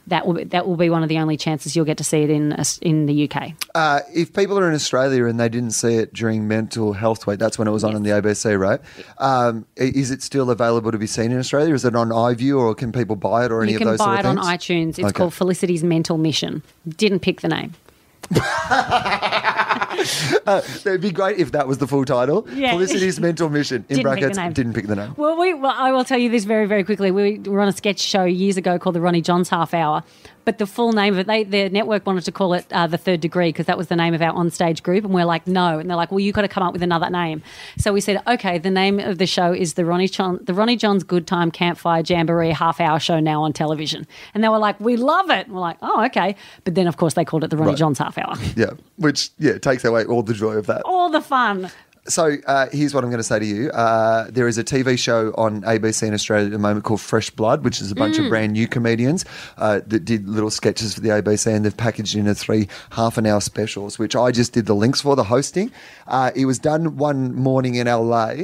that will be, that will be one of the only chances you'll get to see it in us- in the UK. Uh, if people are in Australia and they didn't see it during Mental Health Week, that's when it was on in the ABC, right? Um, i- is it still available to be seen in Australia? Is it on iView or can people buy it or any you of can those buy sort it of on things? iTunes. It's Okay. called Felicity's Mental Mission. Didn't pick the name. It'd be great if that was the full title. Yeah. Felicity's Mental Mission. In Didn't pick the brackets, name. didn't pick the name. Well, we, well, I will tell you this very, very quickly. We were on a sketch show years ago called the Ronnie Johns Half Hour, but the full name of it, they, the network wanted to call it uh, the Third Degree because that was the name of our onstage group, and we're like, no, and they're like, well, you've got to come up with another name. So we said, okay, the name of the show is the Ronnie John, the Ronnie Johns Good Time Campfire Jamboree Half Hour Show now on television, and they were like, we love it. And we're like, oh, okay, but then of course they called it the Ronnie Right. Johns Half Hour. Yeah, which yeah takes away all the joy of that. All the fun. So uh, here's what I'm going to say to you. Uh, there is a TV show on ABC in Australia at the moment called Fresh Blood, which is a bunch of brand new comedians uh, that did little sketches for the ABC and they've packaged in a three half an hour specials, which I just did the links for the hosting. Uh, it was done one morning in LA.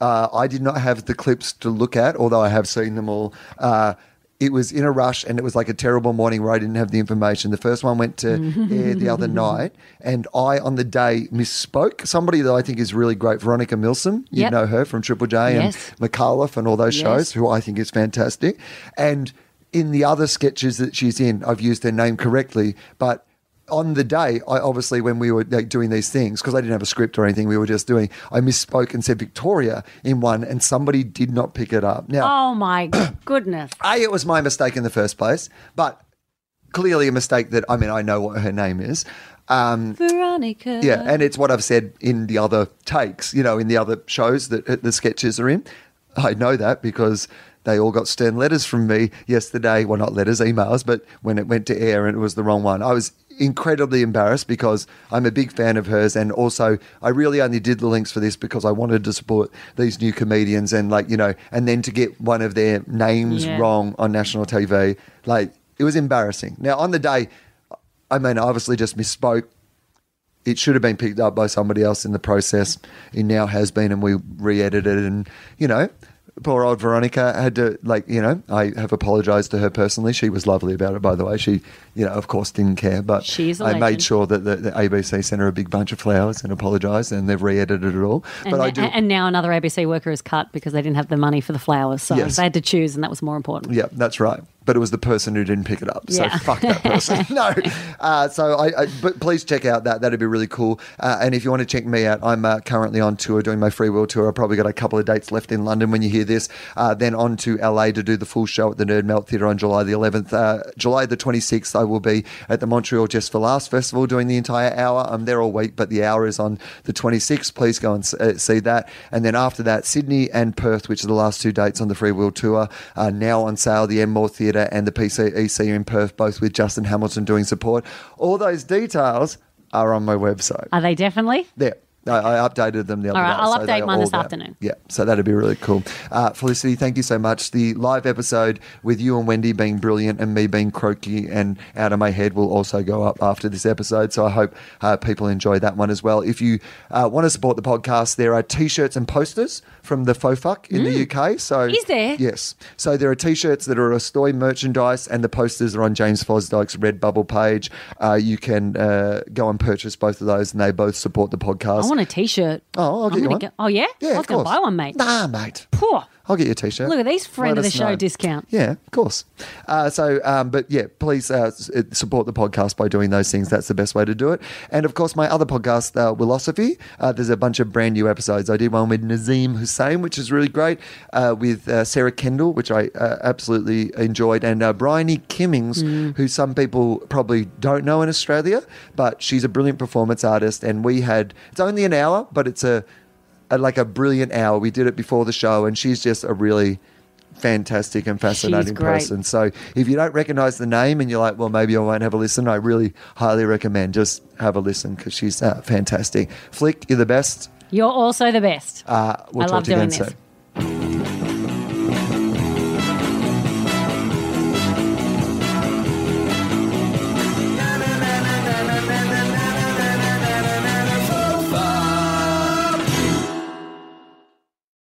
Uh, I did not have the clips to look at, although I have seen them all. Uh, it was in a rush and it was like a terrible morning where I didn't have the information. The first one went to Mm-hmm. air the other night, and I on the day misspoke. Somebody that I think is really great, Veronica Milsom. You Yep. know her from Triple J and Yes. McAuliffe and all those Yes. shows, who I think is fantastic. And in the other sketches that she's in, I've used her name correctly, but. On the day, I obviously when we were like, doing these things because I didn't have a script or anything, we were just doing. I misspoke and said Victoria in one, and somebody did not pick it up. Now, Oh my goodness. a, it was my mistake in the first place, but clearly a mistake that I mean I know what her name is. Um, Veronica. yeah, and it's what I've said in the other takes, you know, in the other shows that uh, the sketches are in. I know that because they all got stern letters from me yesterday. Well, not letters, emails, but when it went to air and it was the wrong one, I was incredibly embarrassed because I'm a big fan of hers, and also I really only did the links for this because I wanted to support these new comedians and like you know, and then to get one of their names Yeah. wrong on national TV, like it was embarrassing. Now on the day. I mean, I obviously just misspoke it should have been picked up by somebody else in the process. It now has been, and we re-edited, it and you know, poor old Veronica had to like, you know, I have apologized to her personally. She was lovely about it, by the way. She, you know, of course, didn't care, but She's a I made legend. sure that the, the ABC sent her a big bunch of flowers and apologized, and they've re-edited it all. And, but I na- do. and now another ABC worker is cut because they didn't have the money for the flowers. So Yes. they had to choose, and that was more important. Um, Yeah, that's right. But it was the person who didn't pick it up. So Yeah. fuck that person. no. Uh, so I, I, but please check out that. That'd be really cool. Uh, and if you want to check me out, I'm uh, currently on tour doing my free will tour. I've probably got a couple of dates left in London when you hear this. Uh, then on to LA to do the full show at the Nerd Melt Theatre on July the 11th. Uh, July the 26th, I will be at the Montreal Just for Last Festival doing the entire hour. I'm there all week, but the hour is on the 26th. Please go and s- uh, see that. And then after that, Sydney and Perth, which are the last two dates on the Free Will Tour, are now on sale. The Enmore Theatre and the PCEC in Perth, both with Justin Hamilton doing support. All those details are on my website. Are they definitely? There. I, I updated them the other All right, night. I'll so they update are mine all this there. afternoon. Yeah, so that'd be really cool. Uh, Felicity, thank you so much. The live episode with you and Wendy being brilliant and me being croaky and out of my head will also go up after this episode. So I hope uh, people enjoy that one as well. If you uh, want to support the podcast, there are t shirts and posters from the Fofuck in the UK. So Mm. Is there? Yes. So there are T-shirts that are Astoy merchandise, and the posters are on James Fosdyke's Redbubble page. Uh, you can uh, go and purchase both of those, and they both support the podcast. I want a t shirt. Oh, I'll get you one. oh, yeah? yeah, I was of going course. to buy one, mate. Nah, mate. Phew. I'll get you a T-shirt. Look at these friend Let of the us show know. discount. Yeah, of course. Uh, so, um, but yeah, please uh, s- uh, support the podcast by doing those things. That's the best way to do it. And of course, my other podcast, uh, Philosophy. Uh, there's a bunch of brand new episodes. I did one with Nazim Hussein, which is really great, uh, with uh, Sarah Kendall, which I uh, absolutely enjoyed, and uh, Bryony Kimmings, who some people probably don't know in Australia, but she's a brilliant performance artist. And we had it's only an hour, but it's a a- like a brilliant hour. We did it before the show, and she's just a really fantastic and fascinating great. person. So if you don't recognize the name and you're like, well, maybe I won't have a listen, I really highly recommend just have a listen because she's uh, fantastic. Flick, you're the best. You're also the best. Uh, we'll I talk love to you again doing this. soon.